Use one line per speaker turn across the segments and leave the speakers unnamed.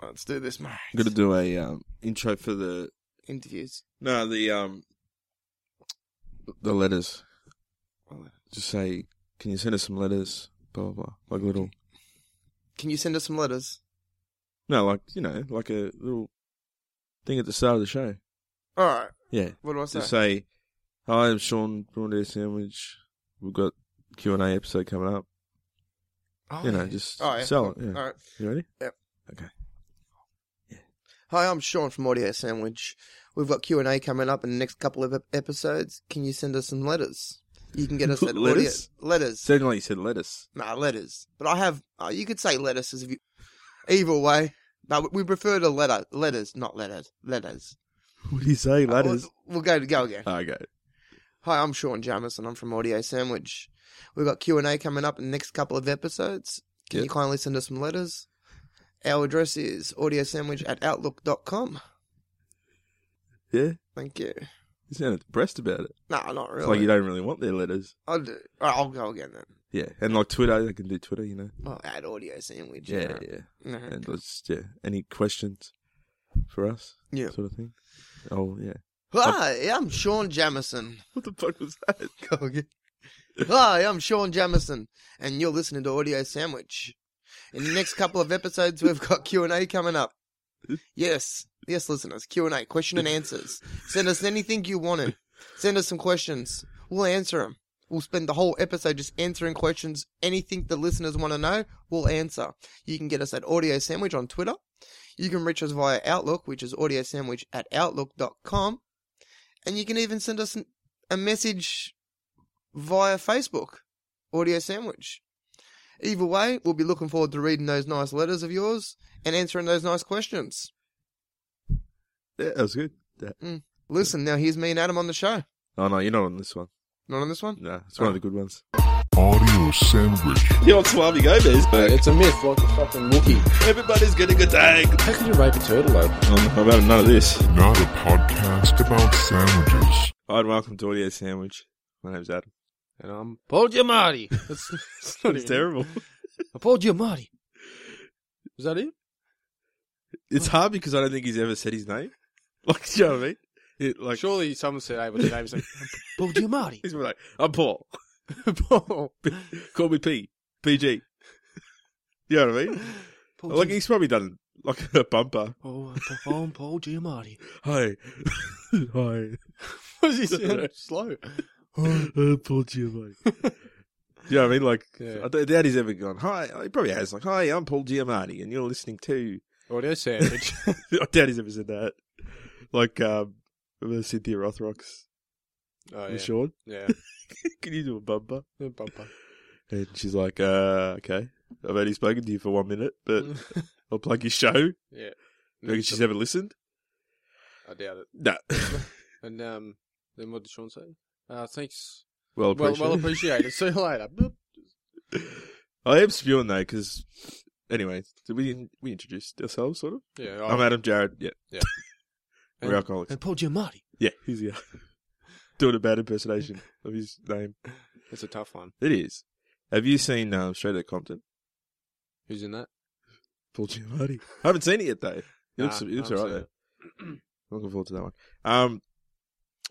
Let's do this, mate.
I'm gonna do a um, intro for the
interviews.
no the um the letters.
Well,
Just say, can you send us some letters? Blah blah blah. Like little
Can you send us some letters?
no, like you know, like a little thing at the start of the show.
All right.
Yeah,
What do I say?
just say, hi, I'm Sean from Dear Sandwich. We've got Q and A episode coming up.
Oh,
you know,
yeah.
just
All right.
sell it. Yeah.
All right.
You ready?
Hi, I'm Sean from Audio Sandwich. We've got Q and A coming up in the next couple of ep- episodes. Can you send us some letters? You can get us at
Letters?
Audio letters.
Sounded like you said lettuce.
Nah, letters. But I have. Uh, you could say lettuces if you. Either way, no, we- we prefer to letter letters, not letters. Letters.
What do you say,
Uh,
lettuce?
We'll, we'll go to go again.
Okay.
Hi, I'm Sean Jamis, and I'm from Audio Sandwich. We've got Q and A coming up in the next couple of episodes. Can
Yep.
you kindly send us some letters? Our address is audiosandwich at outlook.com.
Yeah.
Thank you.
You sounded depressed about it.
No, not
It's
really.
like you don't really want their letters.
I'll do. all right, I'll go again then.
Yeah. And like Twitter, they can do Twitter, you know.
Well, add audio sandwich.
Yeah,
you
yeah.
know. Mhm.
And let's yeah. Any questions for us?
Yeah.
Sort of thing. Oh yeah.
Hi, I'm Sean Jamison.
What the fuck was that?
Go again. Hi, I'm Sean Jamison, and you're listening to Audio Sandwich. In the next couple of episodes, we've got Q and A coming up. Yes, yes, listeners, Q and A, question and answers. Send us anything you want to. Send us some questions. We'll answer them. We'll spend the whole episode just answering questions. Anything the listeners want to know, we'll answer. You can get us at Audio Sandwich on Twitter. You can reach us via Outlook, which is audiosandwich at outlook.com. And you can even send us an, a message via Facebook, Audio Sandwich. Either way, we'll be looking forward to reading those nice letters of yours and answering those nice questions.
Yeah, that was good. Yeah.
Listen, now here's me and Adam on the show.
Oh no, you're not on this one.
Not on this one?
No, it's one of the good ones.
Audio sandwich.
You're on Swami Gomez.
It's a myth, like the fucking Wookiee.
Everybody's getting a tag.
How could you rape a turtle? Though?
I'm having Um, none of this.
Not a podcast about sandwiches.
Hi and welcome to Audio Sandwich. My name's Adam.
And I'm Paul Giamatti. That's, that's not
It's
even-
terrible.
I'm Paul Giamatti. Is that it?
It's hard because I don't think he's ever said his name. Like, do you know what I mean? It, like,
Surely someone said, "Hey, what's your name?" He's like, "I'm Paul Giamatti.
he's more like, I'm Paul.
Paul.
Call me P. PG. you know what I mean?
Paul
Like,
Gi-
he's probably done like a bumper.
oh, I'm Paul- I'm Paul Giamatti.
Hi. Hi.
What does he sound slow?
uh, Paul Giamatti. you know what I mean? Like,
Yeah.
I don't doubt he's ever gone, hi. He probably has, like, hi, I'm Paul Giamatti, and you're listening to.
Audio sandwich.
I doubt he's ever said that. Like, um, remember Cynthia Rothrock's
Oh,
with
yeah.
Sean?
yeah.
Can you do a bumper?
Yeah, bumper.
And she's like, uh, okay. I've only spoken to you for one minute, but I'll plug your show. You
yeah.
reckon she's ever listened?
I doubt it.
No.
And um, then what did Sean say? Uh, thanks.
well,
Well,
appreciated.
well appreciated. See you later. Boop.
I am spewing though, because anyway, did we we introduced ourselves sort of?
Yeah.
I'm Adam Jared. Yeah,
Oh. Yeah.
we're alcoholics.
and Paul Giamatti.
yeah, he's yeah. doing a bad impersonation of his name.
It's a tough one.
It is. Have you seen um, Straight Outta Compton?
Who's in that?
Paul Giamatti. I haven't seen it yet though. It
Nah,
looks it looks
I haven't
alright though. Looking forward to that one. Um,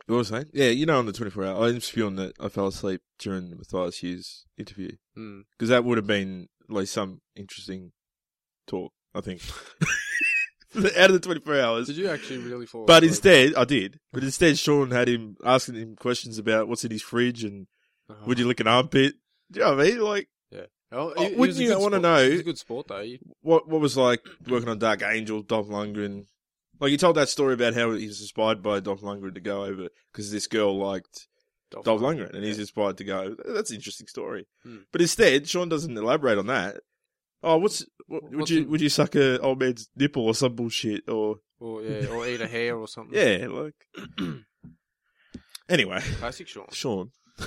what was I saying? Yeah, you know, on the 24 hour, I'm spewing that I fell asleep during Matthias Hughes interview
Mm.
because that would have been like some interesting talk. I think out of the 24 hours.
Did you actually really fall?
But
asleep?
instead, I did. But instead, Sean had him asking him questions about what's in his fridge and
Oh.
would you lick an armpit. Do you know what I mean? Like
Oh,
Oh,
he- he
wouldn't
was a
you
good
wanna
sport-
know-
He's a good sport though. He-
what what was like working on Dark Angel, Dolph Lundgren. Like he told that story about how he was inspired by Dolph Lundgren to go over because this girl liked Dolph Lundgren and he's inspired to go. That's an interesting story.
Hmm.
But instead, Sean doesn't elaborate on that. Oh, what's what, would
What's
you
in-
would you suck a old man's nipple or some bullshit or
Or yeah, or eat a hair or something.
yeah like anyway,
Classic Sean.
Sean.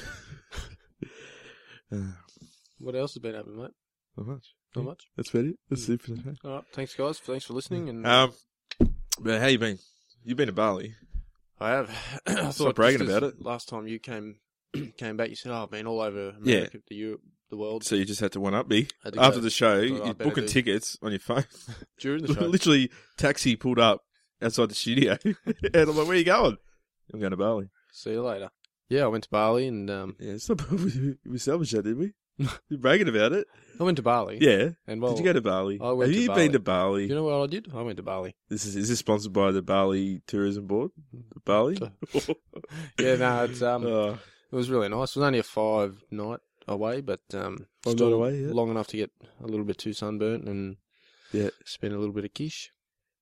Uh,
What else has been happening, mate?
Not much.
Not much.
That's about it. That's it for the
Hmm. All right. Thanks, guys. Thanks for listening. And
Um, but how you been? You've been to Bali.
I have. I thought
bragging
just
about
as
it.
Last time you came came back, you said, "Oh, I've been all over America, to Europe, the world
So you just had to one up me
Had to
after
go.
the show.
I
You're
better
booking
do.
tickets on your phone.
during the show.
Literally, taxi pulled up outside the studio, and I'm like, "Where you going?" I'm going to Bali.
See you later. Yeah, I went to Bali and um,
Yeah, it's not we we salvaged that, did we? You're bragging about it.
I went to Bali.
Yeah.
and well,
did you go to Bali?
I went
Have
to
you
Bali.
been to Bali?
you know what I did? I went to Bali.
This is is this sponsored by the Bali Tourism Board? Bali?
Yeah, no, it's, um,
Oh,
It was really nice. It was only a five night away, but um,
Five night
still
away, yeah.
long enough to get a little bit too sunburnt and
Yeah.
spend a little bit of quiche.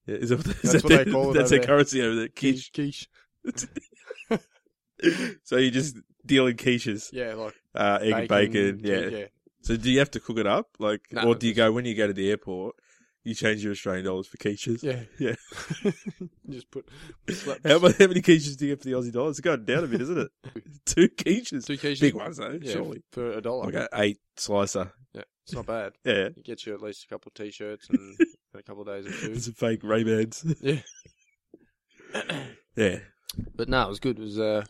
yeah, is that, is
That's
that
what they
their-
call it
That's
over
their
there.
currency over there. Quiche.
quiche.
so you just deal in quiches,
Yeah, like
uh, egg and bacon. Yeah.
yeah.
So do you have to cook it up, like,
No,
or do you
just-
go when you go to the airport? You change your Australian dollars for quiches.
yeah,
Yeah.
Just put slap
How, mu- how many quiches do you get for the Aussie dollars? It's going down a bit, isn't it? Two quiches,
two quiches,
big ones though.
yeah,
Surely,
for a dollar.
like an eight slicer.
It's not bad.
Yeah,
You get you at least a couple of t-shirts and a couple of days of food.
it's a fake Ray Bans.
Yeah.
yeah.
But no, it was good. It was a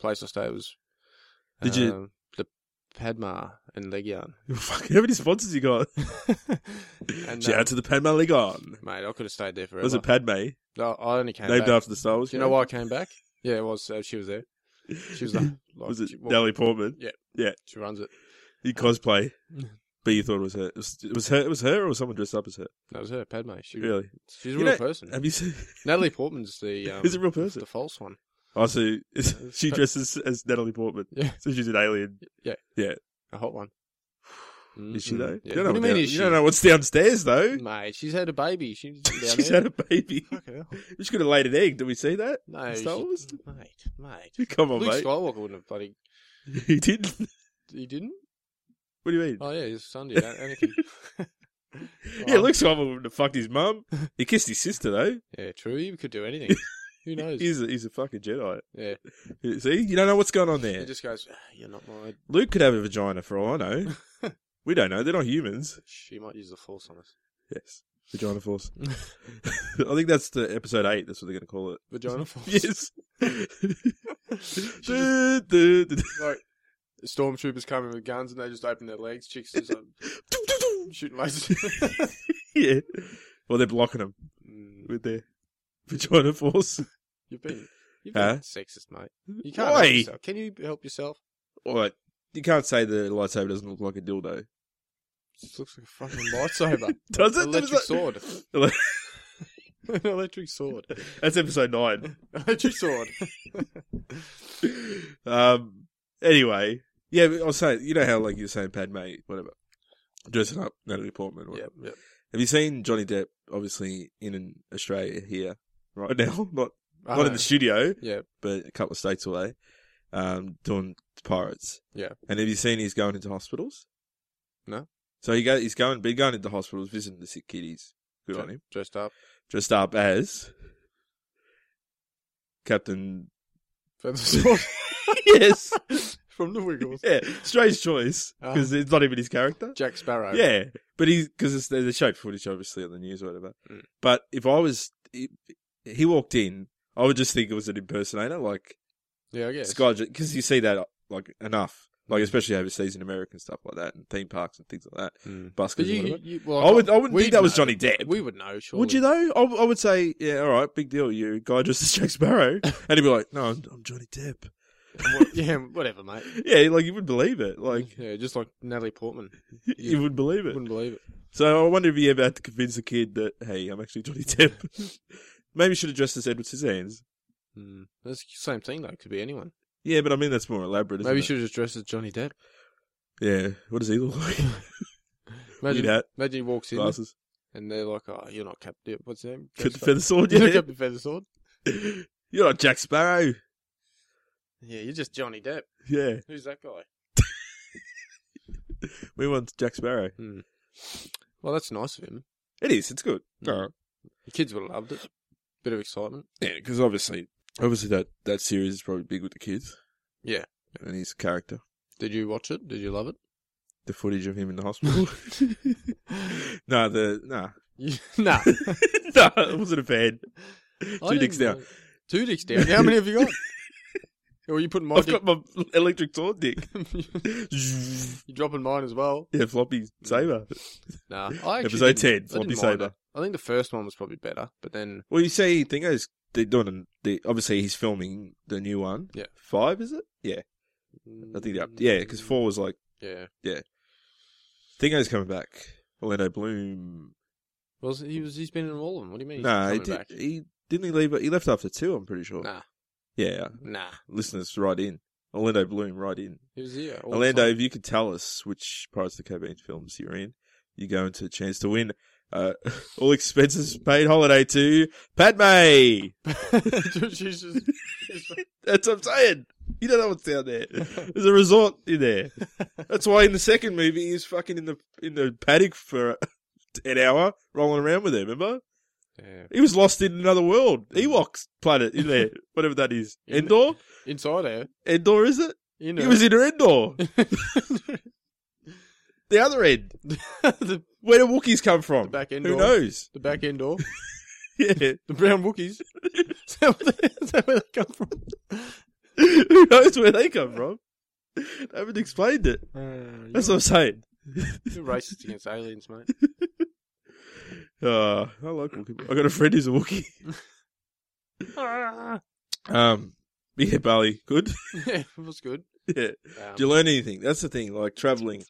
place I stayed was.
Did you-
um, the Padma and Legion?
Fuck, how many sponsors you got?
And,
Shout
um,
out to the Padme Ligon.
Mate, I could have stayed there forever.
Was it Padme?
No, I only came
Named
back.
after the Star Wars.
uh, Do you know
character?
why I came back? Yeah, it was. Uh, she was there. She was the. Like,
Was it
She, well,
Natalie Portman?
she runs it.
You cosplay,
Yeah.
but you thought it was her. It was, it was her. It was her, or was someone dressed up as her?
That was her, Padme. She,
Really?
She's a
You
real
know-
person.
Have you seen?
Natalie Portman's the. Um,
Is it a real person?
The false one.
Oh, so is,
it's
she
her.
dresses as Natalie Portman.
Yeah.
So she's an alien.
A hot one.
Is she
Mhm.
though?
Yeah.
You don't know
What do you
what
mean,
down-
is
you
she? Mm,
don't know what's downstairs though.
Mate, she's had a baby. She's down
she's
there.
had a baby.
Fucking hell.
She could have laid an egg. Did we see that?
No,
Star
she-
Wars?
Mate, mate.
Come on,
Luke
mate.
Skywalker wouldn't have bloody.
He didn't.
He didn't?
What do you mean?
Oh, yeah, his son did. An- Anakin.
yeah,
Oh.
Luke Skywalker would have fucked his mum. He kissed his sister though.
Yeah, true. He could do anything. Who knows?
He's a, he's a fucking Jedi.
Yeah.
See, you don't know what's going on there.
He just goes, "Ah, You're not my.
Luke could have a vagina for all I know. we don't know. They're not humans.
She might use the force on us.
Yes. Vagina Force. I think that's the episode eight. That's what they're going to call it.
Vagina force.
Yes.
She
Du- du- du-
like stormtroopers coming with guns and they just open their legs, chicks just um,
du- du- du.
shooting lasers.
yeah. Well, they're blocking them
Mm,
with their vagina force.
you've been you've been
Huh?
sexist, mate. You can't help
Why?
yourself. Can you help yourself?
All right. You can't say the lightsaber doesn't look like a dildo.
It looks like a fucking lightsaber.
Does it?
Electric sword.
sword.
An electric sword.
That's episode nine.
Electric sword.
um. Anyway, yeah, but I was saying, you know how like you're saying Padme, whatever, dressing up Natalie Portman. Whatever.
yep, yep.
Have you seen Johnny Depp? Obviously in Australia here right now, not
I
not in
know.
the studio,
Uh, Yeah.
but a couple of states away, um, doing pirates.
Yeah.
And have you seen he's going into hospitals?
No.
So he go, he's going been going into hospitals visiting the sick kiddies. Good on him.
Dressed up.
Dressed up as Captain.
Feather sword.
yes.
From the Wiggles.
Yeah. Strange choice
Ah.
because it's not even his character.
Jack Sparrow.
Yeah, but he's because they showed footage obviously on the news or whatever.
Mm.
But if I was, he, he walked in, I would just think it was an impersonator, like
Yeah, I guess.
Sky, because you see that like enough,
Mm.
like especially overseas in America and stuff like that, and theme parks and things like that,
Mm.
buskers.
But
and
you,
whatever.
you, well,
I would, I wouldn't
we'd
think that was
know.
Johnny Depp.
We would know, surely.
would you though? I, I would say, yeah, all right, big deal. You guy dressed as Jack Sparrow, and he'd be like, no, I'm, I'm Johnny Depp.
yeah, whatever, mate.
Yeah, like you would believe it. Like
yeah, just like Natalie Portman.
you would believe it.
Mm-hmm. Wouldn't believe it.
So I wonder if he ever had to convince a kid that, hey, I'm actually Johnny Depp. Maybe should have dressed as Edward Scissorhands.
Mm. That's the same thing though. Could be anyone.
Yeah, but I mean that's more elaborate. Isn't
Maybe you
it?
should have just dressed as Johnny Depp.
Yeah. What does he look like?
Imagine,
hat.
imagine he walks in
Glasses.
and they're like, "Oh, you're not Captain. What's his name?
Cut the
Jack
feather sword.
Sparrow.
Yeah.
You're not Captain Feathersword.
You're not Jack Sparrow.
Yeah, you're just Johnny Depp.
Yeah.
Who's that guy?
We want Jack Sparrow.
Well, that's nice of him.
It is. It's good.
Mm. The kids would have loved it. Bit of excitement.
Yeah, because obviously, obviously that that series is probably big with the kids.
Yeah.
And his character,
Did you watch it? Did you love it?
the footage of him in the hospital. nah, the nah,
You, nah.
nah, I wasn't a fan.
I
Two dicks
didn't
down.
know- Two dicks down. How many have you got? Or you putting my
I've
dick?
got my electric saw dick.
you dropping mine as well?
yeah, floppy saber.
Nah. I actually
Episode
didn't-
10,
I didn't
floppy
mind
saber.
it. I think the first one was probably better, but then
Well, you see, Dingo's they're doing. an- They, obviously, he's filming the new one.
Yeah.
five is it? Yeah, I think they're up. Yeah, because four was like
Yeah,
Dingo's coming back. Orlando Bloom.
was he was he's been in all of them? What do you mean?
No, he,
Coming
did,
back.
he didn't. He leave. He left after two. I'm pretty sure.
Nah.
Yeah,
nah,
listeners, right in. Orlando Bloom, right in.
he was here. all the
Orlando,
time.
if you could tell us which parts of the Cobain films you're in, you go into a chance to win. Uh, all expenses paid holiday to Padme.
She's just- she's-
That's what I'm saying. You don't know what's down there. There's a resort in there. That's why in the second movie he was fucking in the in the paddock for an hour, rolling around with her. Remember,
yeah.
he was lost in another world, Ewoks planet in there, whatever that is.
Mm. In-
Endor,
Inside her,
Endor is it?
you know.
He was in her Endor, the other end.
the,
Where do Wookiees come from?
The back Endor.
Who knows?
the back end door,
Yeah,
the brown Wookiees. is, that where they, is that where they come from?
who knows where they come from? I haven't explained it. That's what I'm saying.
You're racist against aliens, mate.
Uh, I like Wookiee. I got a friend who's a Wookiee. Ah. Um, yeah, Bali, good.
yeah, it was good.
yeah.
Um,
Do you learn anything? That's the thing. Like traveling,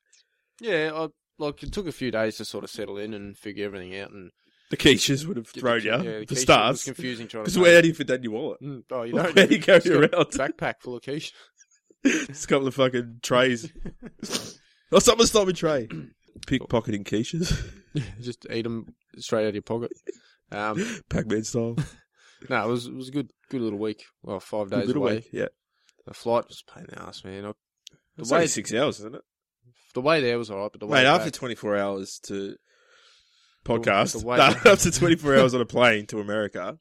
yeah, I, like it took a few days to sort of settle in and figure everything out and
the quiches would have
get
thrown
the,
you
yeah, the
for
quiche, it was
starts.
confusing trying to
Because
find-
where do you fit that in your wallet?
Mm, oh, you
Where
don't.
do you carry
It's got a
around?
Backpack full of quiche.
Just a couple of fucking trays. oh, someone stop a tray. Pickpocketing quiches,
Just eat them straight out of your pocket. Um,
Pac-Man style.
no, it was it was a good good little week. Well, five
Good
days
little
away.
week. Yeah,
The flight was a pain in the ass, man. I, the
it's
way
only six hours, isn't it?
the way there was alright, but the way
Mate, after
back-
24 hours to podcast,
the way-
Nah, after 24 hours on a plane to America,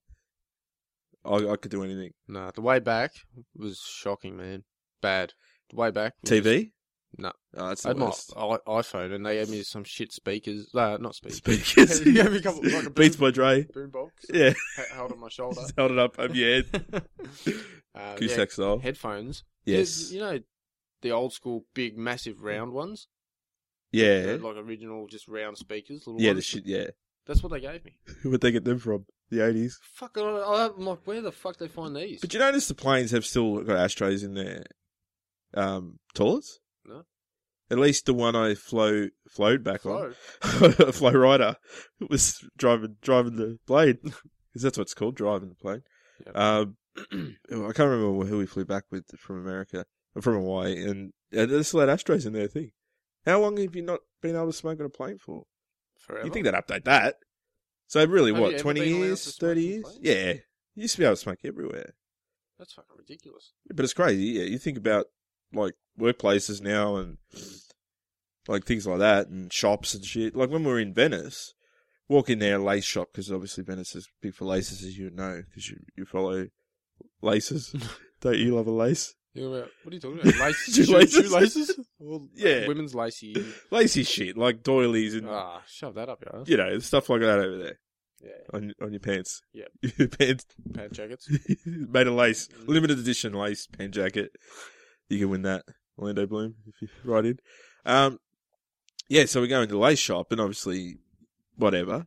I, I could do anything.
no, the way back was shocking, man. Bad. The way back was just-
TV?
No.
Oh, that's
I
the
had my
worst.
i- iPhone and they gave me some shit speakers. No, not speakers.
Speakers.
You gave me a couple- like a
Beats
boom-
by Dre.
Boom box.
Yeah.
Held on my shoulder.
Just held it up over your head.
uh, yeah,
Cusack style.
headphones.
Yes.
You, you know the old school big massive round ones?
Yeah.
Like original just round speakers, little
Yeah,
ones.
the shit, yeah.
That's what they gave me.
Where'd they get them from? The 80s.
Fuck, I, I- I'm like, where the fuck they find these?
But you notice the planes have still got ashtrays in their um, toilets?
No.
At least the one I flow, flowed back on.
Flo.
flow rider was driving driving the plane because that's what it's called driving the plane.
Yep.
Um, I can't remember who we flew back with from America from Hawaii, and uh, they still had ashtrays in their thing. How long have you not been able to smoke on a plane for?
Forever.
You think they'd update that? So really,
Have you
what
ever
twenty
been allowed
years,
to smoke
thirty
on
years?
planes?
Yeah, you used to be able to smoke everywhere,
That's fucking ridiculous.
but it's crazy. Yeah, you think about like workplaces now and like things like that and shops and shit. Like when we were in Venice, walk in their lace shop because obviously Venice is big for laces, as you know, because you, you follow laces. Don't you love a lace?
You're like, what are you talking about? Laces? Shoe-
Shoelaces?
shoelaces? Well,
Yeah.
Women's lacy.
Lacy shit, like doilies and
Ah, shove that up your ass.
you know stuff like that over there
Yeah.
on on your pants.
Yeah.
your pants
Pant jackets.
made of lace,
Mm.
limited edition lace pen jacket. You can win that, Orlando Bloom, if you write in. Um, yeah, so we go into the lace shop, and obviously, whatever,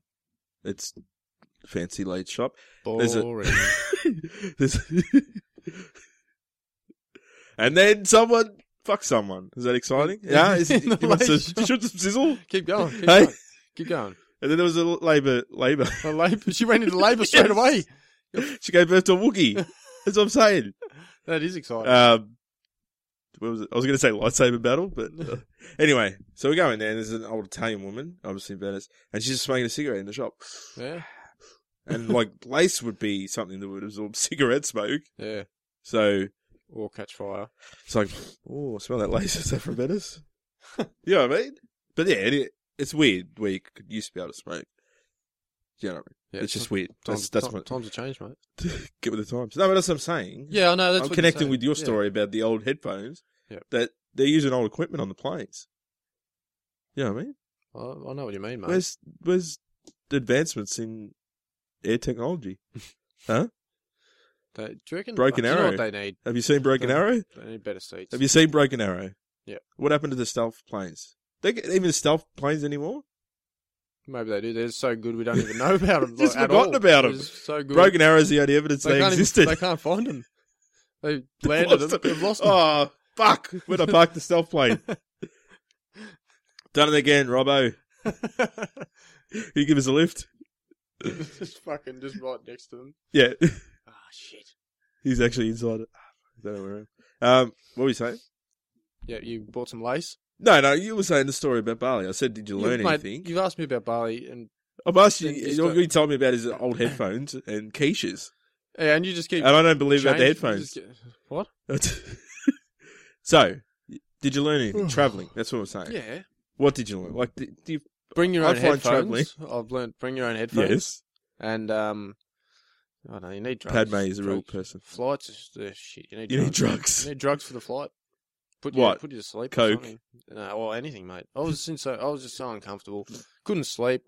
it's fancy lace shop. There's a-
Boring.
This- and then someone fuck someone. Is that exciting? Yeah. Is,
In the
he wants to
lace shop.
shoot some sizzle.
keep going. Keep
Hey.
going. Keep going.
And then there was a l- labour labour.
A lab- she went into labour straight
Yes.
away.
she gave birth to a Wookiee. That's what I'm saying.
That is exciting.
Um, what was it? I was going to say lightsaber battle, but uh, anyway. So we go in there, and there's an old Italian woman, obviously in Venice, and she's smoking a cigarette in the shop.
yeah.
And like lace would be something that would absorb cigarette smoke.
Yeah.
So
Or catch fire.
It's like, oh, smell that lace. Is that from Venice? you know what I mean? But yeah, it, it's weird where you could, used to be able to smoke. You know what I
Yeah.
mean? it's just
time-
weird. That's,
Times,
that's
ti-
what,
times have changed, mate.
get with the times. No, but that's what I'm saying.
Yeah, I know. That's
I'm
what you're
connecting
saying.
with your
Yeah.
story about the old headphones
Yeah.
that they're using old equipment on the planes. You know what I mean?
I, I know what you mean, mate.
Where's, where's the advancements in air technology? huh?
They, do you reckon?
Broken
do you know
Arrow.
what they need?
Have you seen Broken
Don't-
Arrow?
They need better seats.
Have you seen Broken Arrow?
Yeah.
What happened to the stealth planes? They get even stealth planes anymore?
Maybe they do. They're so good we don't even know about them.
Just
like, at
forgotten
all.
about 'em.
They're So good.
Broken Arrow's the only evidence they,
can't even-
existed.
they can't find them. They
They've
landed
lost
them. They've lost them.
Oh, fuck. When I parked the stealth plane. Done it again, Robbo. You give us a lift?
just fucking just right next to them.
Yeah.
Ah shit.
He's actually inside it. Don't know where I am. Um, what were you saying?
Yeah, you bought some lace.
No, no, you were saying the story about Bali. I said, did you learn
You've- mate,
anything?
You've asked me about Bali, and
I've asked you,
Then just
you,
go-
you told me about his old headphones and quiches.
yeah, and you just keep.
And I don't believe about the
changing- you
headphones.
just get- what?
so, did you learn anything? Traveling. That's what I'm saying.
Yeah.
What did you learn? Like, did, do you,
Bring your
I
own
find
headphones.
travelling-
I've learned. Bring your own headphones.
yes.
And um, I don't know. You need drugs.
Padme is a real
Drugs.
person.
Flights is the shit. You need
You need
drugs.
drugs.
You need drugs for the flight. Put You,
What?
put you to sleep.
Coke?
Or something. No, or anything, mate. I was since I, I was just so uncomfortable. Couldn't sleep.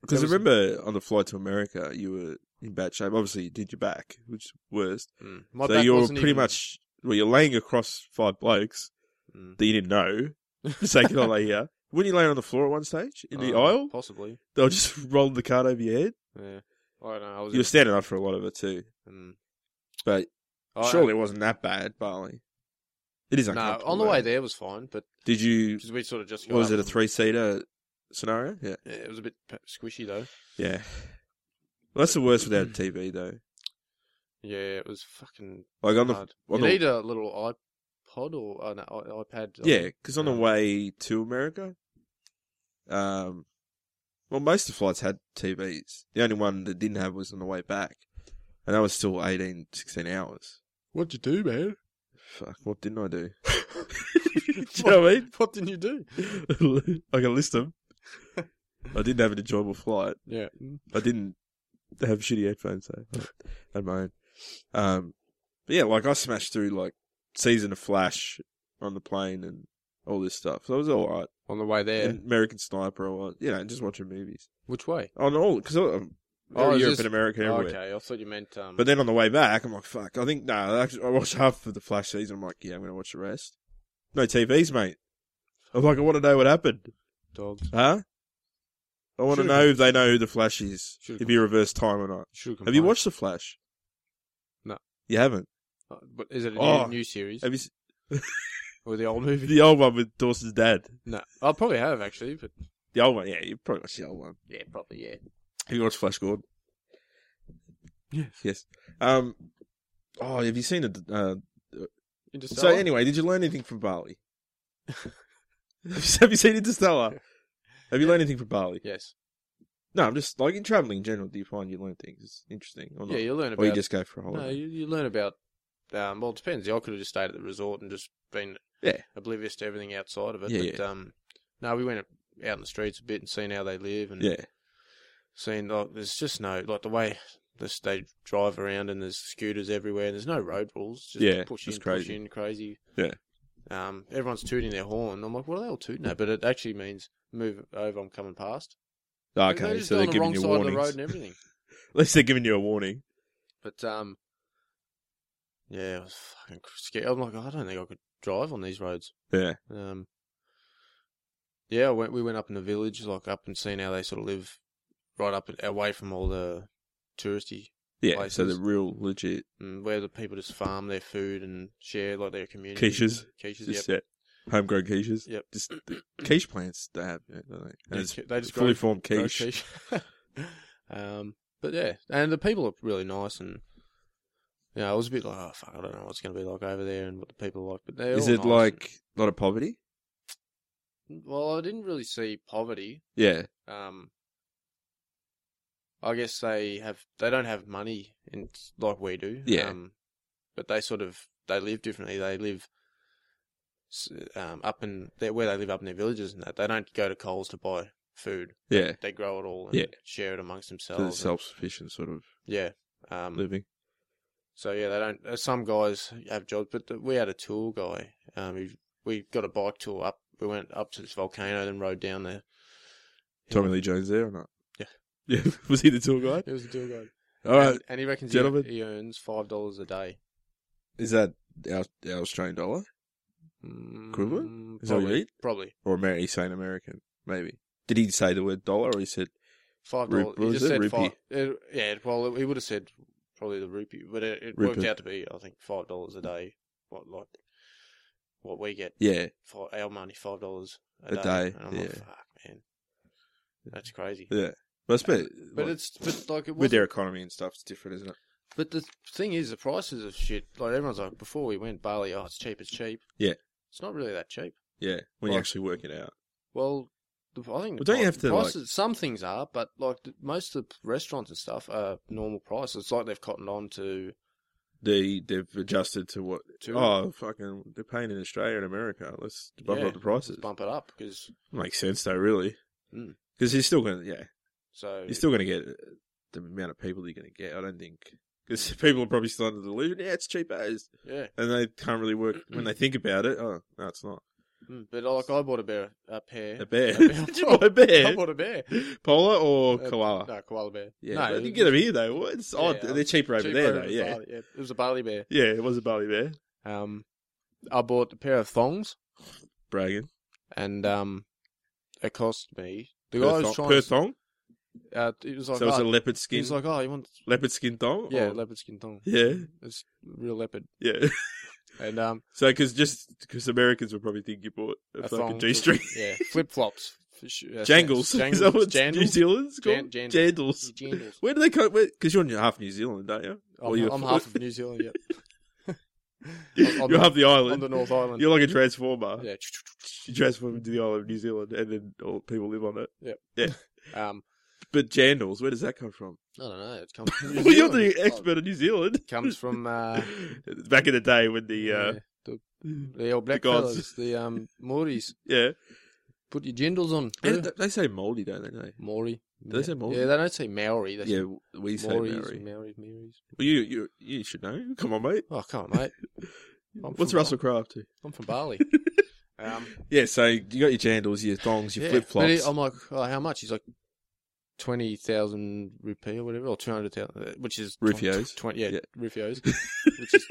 Because
There was-
remember on the flight to America, you were in bad shape. Obviously, you did your back, which is worst.
Mm. My
so
back
you were
wasn't
pretty
even-
much well, you're laying across five blokes
Mm.
that you didn't know. So you could all lay here. When you laying on the floor at one stage in the
Uh,
aisle,
possibly.
they'll just roll the cart over your head.
Yeah. I don't know. I was.
You were standing up for a lot of it too,
in- mm.
but
I-
surely it wasn't that bad, Barley. It is
No,
uncomfortable.
on the
though.
way there was fine, but
did you?
because we sort of just.
What was
got
it?
up
A
and-
three seater scenario? Yeah,
Yeah, it was a bit pe- squishy though.
yeah. Well, that's the worst without a TV though.
Yeah, it was fucking
Like on the
hard.
on
you
the
need a little iPod or oh, no, i- iPad. I
Yeah,
think.
because on the
Um,
way to America, um, well, most of the flights had TVs. The only one that didn't have was on the way back, and that was still 18, 16 hours.
What'd you do, man?
Fuck, what didn't I do? do you know what
What did you do?
I mean? I can list them. I didn't have an enjoyable flight.
Yeah.
I didn't have shitty headphones, though. I had my own. Um, but yeah, like I smashed through like season of Flash on the plane and all this stuff. So it was all right.
On the way there.
and American Sniper or you know just watching movies
Which way?
on all because um,
Oh,
Europe
it's just-
and America everywhere.
okay, I thought you meant. Um,
But then on the way back, I'm like, fuck. I think no. actually, I watched half of the Flash season. I'm like, yeah, I'm gonna watch the rest. No TVs, mate. I'm like, I want to know what happened,
dogs.
huh? I want to
Should've-
know if they know who the Flash is,
Should've
if you reverse time or not.
Should've
Have you
complained.
watched the Flash?
No.
you haven't.
Uh, But is it a new,
Oh.
new series
Have you s-
or the old movie?
the old one with Dawson's dad?
No, I probably have actually. But
The old one, yeah, you probably watched the old one.
yeah, probably yeah.
Have you watched Flash Gordon?
Yes.
Yes. Um. Oh, have you seen it? Uh, so
Interstellar.
anyway, did you learn anything from Bali? have you seen Interstellar? Have you learned anything from Bali?
yes.
No, I'm just like in traveling in general. Do you find you learn things? It's interesting, or not?
Yeah, you learn about.
or you just go for a
no,
holiday.
you, you learn about. Um, well, it depends. I could have just stayed at the resort and just been
Yeah.
oblivious to everything outside of it.
Yeah,
but um, no, we went out in the streets a bit and seen how they live and
yeah,
seen like there's just no like the way this they drive around and there's scooters everywhere and there's no road rules. Just
Yeah,
push
it's
in,
crazy.
push in, crazy.
Yeah.
Um, everyone's tooting their horn. I'm like, what are they all tooting at? But it actually means move over. I'm coming past.
Okay,
just
so they're
on the
giving
wrong
you
side of the road
warnings.
and everything.
At least they're giving you a warning.
But um, yeah, it was fucking scary. I'm like, I don't think I could drive on these roads.
Yeah.
Um, yeah, I went, we went up in the village, like up and seen how they sort of live, right up away from all the touristy
Yeah, so
Places.
they're real legit
and where the people just farm their food and share like their community.
quiches.
Quiches,
Just
yep.
yeah, homegrown quiches.
Yep.
Just the quiche plants they have, yeah, don't they? And
Yeah,
it's
qui- they just
fully
grow,
formed
grow
quiche.
quiche. um, but yeah, and the people are really nice and. Yeah, I was a bit like, oh fuck, I don't know what's going to be like over there and what the people are like, but they're
Is
all
it
nice
like a lot of poverty?
and- well, I didn't really see poverty.
Yeah.
Um, I guess they have they don't have money in like we do.
Yeah.
Um, but they sort of they live differently. They live s- um, up in they're where they live up in their villages and that. They don't go to Coles to buy food.
Yeah.
They grow it all and
Yeah.
share it amongst
So
themselves.
it's self sufficient sort of
yeah. Um,
living.
so yeah, they don't. uh, Some guys have jobs, but the, we had a tour guy. Um, who we got a bike tour up. We went up to this volcano, then rode down there.
Tommy Lee Jones there or not?
Yeah.
Yeah. Was he the tour guy?
It was a tour guide.
All right.
and, and he reckons
gentlemen.
He, he earns five dollars a day.
Is that our, our Australian dollar Equivalent? Is that what you
Mm, probably,
eat?
probably
or Amer- he's saying American? Maybe. Did he say the word dollar or he said
five
Rup-
dollars.
what
He
is
just
it?
said
Rupee?
five. It, yeah, well, he would have said probably the rupee, but it, it worked
Rupee.
out to be I think five dollars a day. What like what we get
yeah?
for our money, five dollars a,
A
day.
day,
And I'm like,
yeah.
fuck, man, that's crazy.
Yeah. But, I suppose,
But
like,
it's but like it
with
was
their economy and stuff, it's different, isn't it?
But the thing is, the prices of shit. Like everyone's like, before we went Bali, oh, it's cheap, it's cheap.
Yeah.
it's not really that cheap.
Yeah. When you
Like-
actually work it out.
Well, the, I think
Well,
the
don't you
pri-
have to,
prices. Some things are, but like the, most of the restaurants and stuff are normal prices. It's like they've cottoned on to.
They they've adjusted to what
to
Oh, fucking, they're paying in Australia and America. Let's bump
Yeah,
up the prices.
let's bump it up because
Makes sense, though, really.
Mm.
Because he's still going to, yeah,
so
he's still going to get uh, the amount of people you're going to get. I don't think. Because people are probably still under the illusion, yeah, it's cheap as.
yeah.
And they can't really work when they think about it. Oh, no, it's not.
Mm. But like I bought a bear, a pair.
A bear.
A bear.
Did you buy a bear?
I bought a bear.
Polar or
Uh,
koala?
No, koala bear.
Yeah,
no,
but you can get them here, though. What? It's odd.
Yeah,
They're cheaper over
cheaper
there,
in
though, yeah.
Bali, yeah. It was a Bali bear.
Yeah, it was a Bali bear.
Um, I bought a pair of thongs.
Bragging.
and um, it cost me. The guy
Per,
was
thong,
trying.
per thong?
uh, it was like,
so it's a
oh,
leopard skin. Oh.
he's like, oh, you want?
leopard skin thong?
Yeah,
Or-
leopard skin thong.
yeah.
It's real leopard.
Yeah.
And um,
So, because just because Americans would probably think you bought a,
a
fucking
thong-
G string,
Yeah, flip flops.
jangles. Is that what New
Jangles.
Zealand's
Jan-
called?
jandals.
jandals.
Jangles.
Where do they come? Because you're half New Zealand, don't you? Or
I'm,
you're-
I'm half of New Zealand. Yeah, on
you're
the-
half the
on
island.
the North Island.
You're like a transformer.
yeah.
You transform into the island of New Zealand, and then all people live on it.
Um,
But jandals, where does that come from?
I don't know. It comes. From New
Well, you're
Zealand.
the expert in New Zealand.
It comes from uh,
Back in the day when the uh,
the old black
gods.
fellas, the um Maoris.
yeah,
Put your jindles on.
They- they say Maori, don't they? they?
Maori.
Do they say Maori?
Yeah, they don't say Maori. They say
Yeah, we say
Maoris,
Maori.
Maoris, Maoris.
Well, you you you should know. Come on, mate.
Oh, come on, mate. I'm
What's
from-
Russell Crowe up to?
I'm from Bali. um,
Yeah, so you got your jandals, your thongs, your
yeah.
flip
But he-
flops.
I'm like, oh, how much? He's like, 20,000 rupee or whatever, or 200,000, uh, which is... tw-
Rufios.
tw- Tw- yeah,
Yeah.
rufios, which is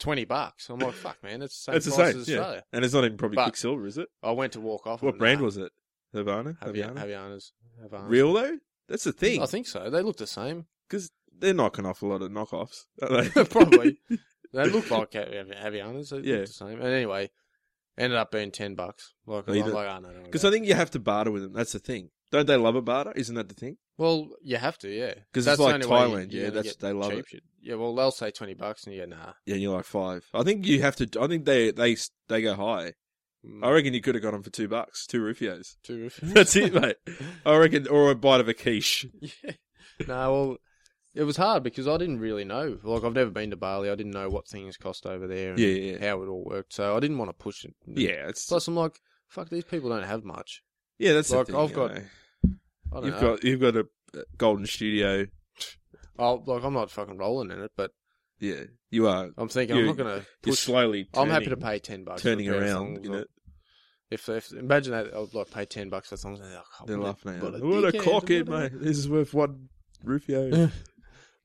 20 bucks. I'm like, fuck, man, that's the same
That's the
price
same.
as
yeah.
Australia.
And it's not even probably
But-
Quicksilver, is it?
I went to walk off.
What brand was it? Havana?
Havana?
Havana?
Havana's. Havana's.
Real, though? That's the thing.
I think so. They look the same.
They're knocking off a lot of knockoffs, are they?
Probably. They look like Ha- Ha- Havana's. They
Yeah.
look the same. And anyway, ended up being 10 bucks. Like,
No,
I'm
you
like,
don't-
oh, no, no.
Because I think you have to barter with them. That's the thing. Don't they love a barter? Isn't that the thing?
Well, you have to, yeah.
'Cause it's
That's the
like
only way you-
Thailand,
you're
yeah,
gonna
that's-
get
they love
cheap
it.
shit. Yeah, well, they'll say twenty bucks, and you go, nah.
Yeah, and you're like five. I think you have to. I think they they they go high.
Mm,
I reckon you could have got them for two bucks, two rufios.
too rich.
That's it, mate. I reckon, or a bite of a quiche.
yeah. No, well, it was hard because I didn't really know. Like, I've never been to Bali. I didn't know what things cost over there and
Yeah, yeah, yeah.
how it all worked. So I didn't want to push it.
Yeah, it's
Plus, I'm like, fuck, these people don't have much.
yeah. That's
Like,
the thing.
I've
you
got-
know.
I don't
You've
know.
got you've got a uh, golden studio.
I'll, like, I'm not fucking rolling in it, but
Yeah, you are.
I'm thinking
You-
I'm not gonna
You're
push.
slowly.
I'm happy to
turning-
pay ten bucks.
turning
for a pair of
around
thongs
in
or-
it.
If, if imagine that, I'd like pay ten bucks for thongs. And they're like, oh,
They're
what a-
laughing at
what
you. What a
dickhead,
cockhead,
what a-
mate! This is worth one rufio.
Yeah.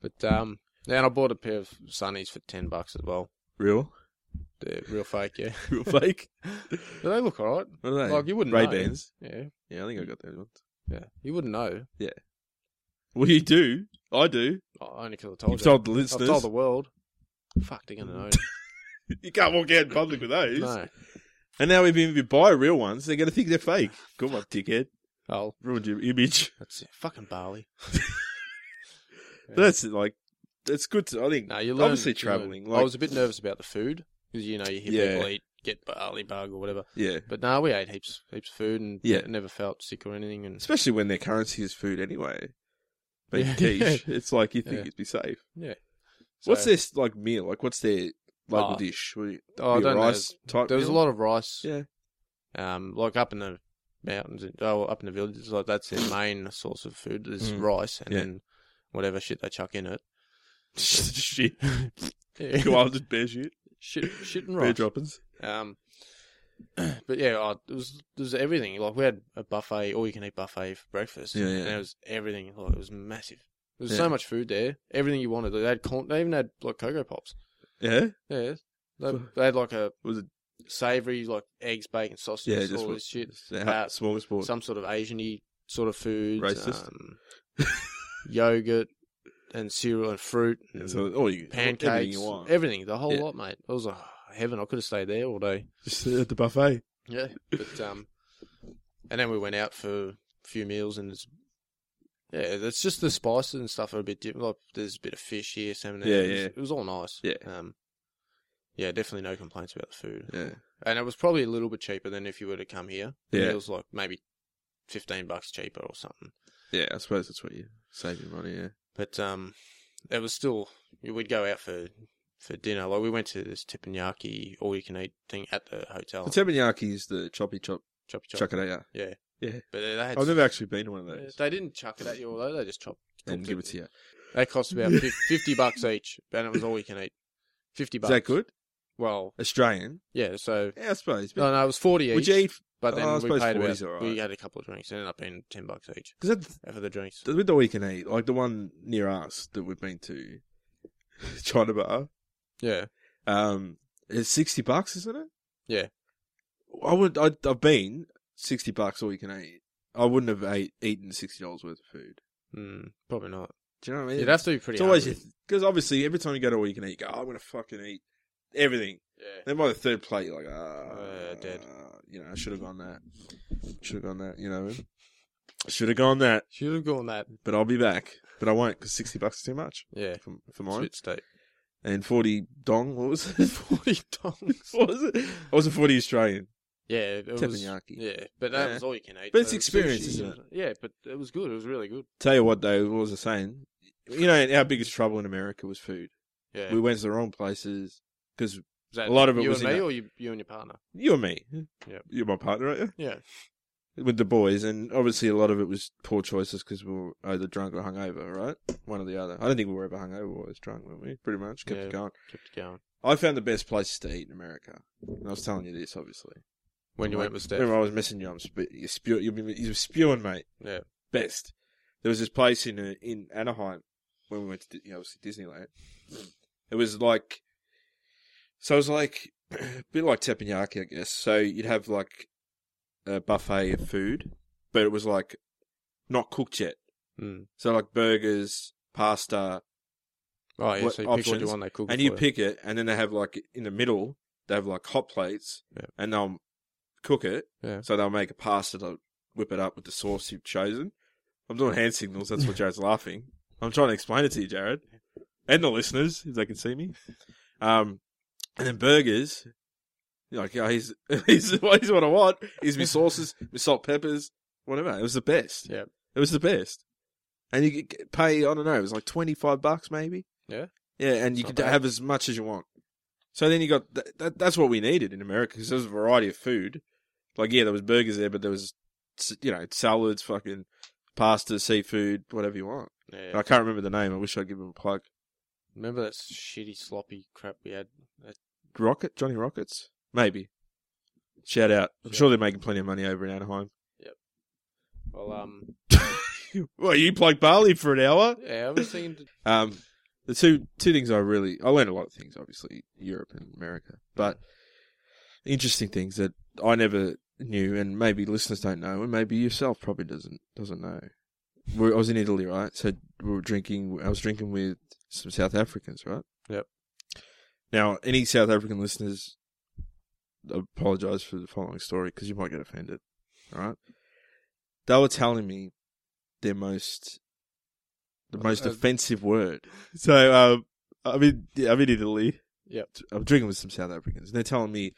But um, and I bought a pair of sunnies for ten bucks as well.
Real,
They're real fake, yeah.
real fake.
But they look alright.
What are they?
Like you wouldn't
Ray
know.
Bans.
Yeah,
Yeah, I think I got those ones.
yeah. You wouldn't know.
Well, you do. I do.
Oh, only because I told
You've
you.
told the
I've
listeners.
told the world. Fuck, they're gonna know.
You can't walk out in public with those.
no.
And now even if you buy real ones, they're going to think they're fake. Good one, dickhead.
Oh,
Ruined your image.
that's it. fucking Bali. Yeah.
That's like, it's good. To, I think
No, you learn.
Obviously
you learn.
travelling,
I
like-
was a bit nervous about the food because you know you hear
Yeah.
people eat get Bali bug or whatever.
Yeah.
But no, we ate heaps heaps of food and
Yeah.
never felt sick or anything. And
Especially when their currency is food anyway. But
Yeah.
quiche, it's like you think
Yeah.
it'd be safe.
so-
what's this like meal? Like what's their local
Oh.
dish? Would it
Oh, I
be a
don't know.
rice type
There was a
meal?
lot of rice.
Yeah.
Um, like up in the mountains, and, oh, up in the villages, like that's their main source of food is
Mm.
rice and
Yeah.
then whatever shit they chuck in it.
shit.
Yeah.
Go out just bear shit.
shit, shit and
Bear
rice.
droppings.
Um, but yeah, oh, it was there was everything. Like we had a buffet, all you can eat buffet for breakfast.
Yeah, yeah.
And it was everything. Like it was massive. There's
Yeah.
so much food there. Everything you wanted. They had corn. They even had like cocoa pops.
Yeah,
Yeah, they, they had like a
was it?
savory like eggs, bacon, sausage,
Yeah, just
all
what-
this shit.
Uh, small sport.
Some sort of Asian-y sort of food.
Racist.
Um, yogurt and cereal and fruit.
Yeah,
and
so all you
pancakes.
everything
Everything,
you want.
the whole
Yeah.
lot, mate. It was like heaven. I could have stayed there all day.
Just sit at the buffet.
Yeah, but um, and then we went out for a few meals, and it's yeah, it's just the spices and stuff are a bit different. Like there's a bit of fish here, salmon. there.
Yeah,
it was,
yeah.
It was all nice.
Yeah.
Um, yeah, definitely no complaints about the food,
Yeah,
and it was probably a little bit cheaper than if you were to come here.
Yeah.
it was like maybe fifteen bucks cheaper or something.
yeah. I suppose that's what you save your money. Yeah,
But um, it was still we'd go out for for dinner. Like we went to this teppanyaki all you can eat thing at the hotel.
the teppanyaki is the choppy chop
Choppy Oh. chop.
chuck it out.
But uh, they had
I've never actually been to one of
Yeah,
those.
They didn't chuck it at you, although they just chopped.
and give it to you.
They cost about fif- fifty bucks each, and it was all you can eat. Fifty
Is
bucks.
that good?
Well,
Australian?
yeah. So
Yeah, I suppose.
no, no, it was forty each.
Would you eat?
But then
oh, I
we
suppose
paid about.
40's alright.
We had a couple of drinks. It ended up being ten bucks each
Because that's
for the drinks.
The- with the week and eight, like the one near us that we've been to, China Bar,
Yeah,
um, it's sixty bucks, isn't it?
Yeah.
I would. I'd, I've been sixty bucks all you can eat. I wouldn't have ate, eaten sixty dollars worth of food.
mm, probably not.
Do you know what I mean?
You'd have to be pretty.
it's always
hungry.
because obviously every time you go to all you can eat, you go, "Oh, I'm gonna fucking eat everything.
yeah.
Then by the third plate, you're like, ah,
Uh, dead.
You know, I should have gone that. Should have gone that. You know, should have gone that.
Should have gone that.
But I'll be back. But I won't because sixty bucks is too much
Yeah,
for, for mine.
sweet steak.
And 40 dong, what was it?
Forty dollars.
what was it? I was a 40 Australian.
Yeah, it was.
Teppanyaki.
Yeah, but that
Yeah.
was all you can eat.
But it's
So
experience,
sushi
isn't it?
and- Yeah, but it was good. It was really good.
Tell you what though, what was I saying? You know, our biggest trouble in America was food.
Yeah.
We went to the wrong places because
Was that
A lot of it
you
was
and
in
me,
a-
or you, you and your partner.
you and me,
Yep.
you're my partner, aren't
Yeah,
you? With the boys, and obviously a lot of it was poor choices because we were either drunk or hungover, right? One or the other. I don't think we were ever hungover. We were always drunk, weren't we? Pretty much kept
Yeah.
it going.
kept it going.
I found the best places to eat in America, and I was telling you this obviously.
When you
Like,
went with Steph.
Remember, I was messing you. I'm spe- you spew. You've been you're spewing, mate.
Yeah.
Best. There was this place in uh, in Anaheim when we went to Di- you know, obviously Disneyland. It was like, so it was like a bit like teppanyaki, I guess. So you'd have like a buffet of food, but it was like not cooked yet.
Mm.
So like burgers, pasta,
Oh, yeah,
What
so you picked what you
options?
want, they cooked
and
for
you pick it, and then they have like in the middle they have like hot plates,
Yeah.
and they'll cook it.
Yeah.
So they'll make a pasta, they'll whip it up with the sauce you've chosen. I'm doing hand signals. That's what Jared's laughing. I'm trying to explain it to you, Jared, and the listeners if they can see me. Um, and then burgers. You're Like, yeah, he's he's he's what I want. He's my sauces, my salt, peppers, whatever. It was the best.
Yeah.
it was the best. And you could get- pay, I don't know, it was like twenty five bucks maybe.
Yeah.
yeah, and you
It's not
could
bad.
have as much as you want. So then you got th- that. That's what we needed in America because there was a variety of food. Like, yeah, there was burgers there, but there was, s- you know, salads, fucking pasta, seafood, whatever you want.
Yeah.
And I can't remember the name. I wish I'd give him a plug.
Remember that shitty, sloppy crap we had?
Rocket, Johnny Rockets, maybe. Shout out! I'm
Shout
sure they're making plenty of money over in Anaheim.
Well, um,
well, you plugged Bali for an hour.
yeah, I was thinking,
Um, the two two things I really I learned a lot of things, obviously Europe and America, but interesting things that I never knew, and maybe listeners don't know, and maybe yourself probably doesn't doesn't know. we I was in Italy, right? So we were drinking. I was drinking with some South Africans, right?
Yep.
Now, any South African listeners, apologize for the following story because you might get offended. All right. They were telling me their most, the most
Uh,
offensive word. So, um, I mean, yeah, I'm in Italy.
Yep.
I'm drinking with some South Africans, and they're telling me,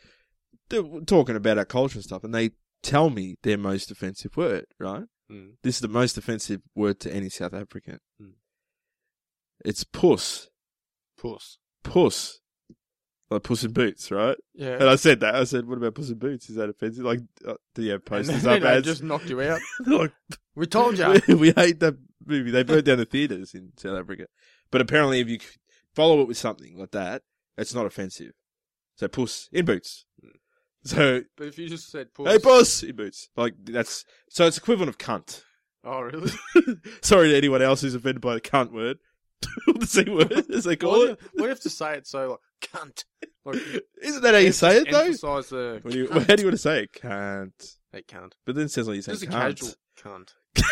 they're talking about our culture and stuff, and they tell me their most offensive word. Right.
Mm.
This is the most offensive word to any South African.
Mm.
It's puss,
puss.
puss, like puss in boots, right?
Yeah.
And I said that. I said, "What about Puss in Boots? Is that offensive? Like, uh, do you have
And
posters
then
up
they
as
just knocked you out.
like
We told you.
we, we hate that movie? They burnt down the theaters in South Africa, but apparently, if you c- follow it with something like that, it's not offensive. So Puss in Boots. So
But if you just said Hmm. puss.
Hey Puss in Boots, like that's so it's equivalent of cunt.
Oh, really?
Sorry to anyone else who's offended by the cunt word. the C word, as they call
Why
it.
do you- why do you have to say it so like cunt? Like,
Isn't that how you say it, though?
Emphasize the
When you, how
cunt.
do you want to say it? Can't.
Hey, cunt.
But then it sounds like you're saying
This is a
cunt.
casual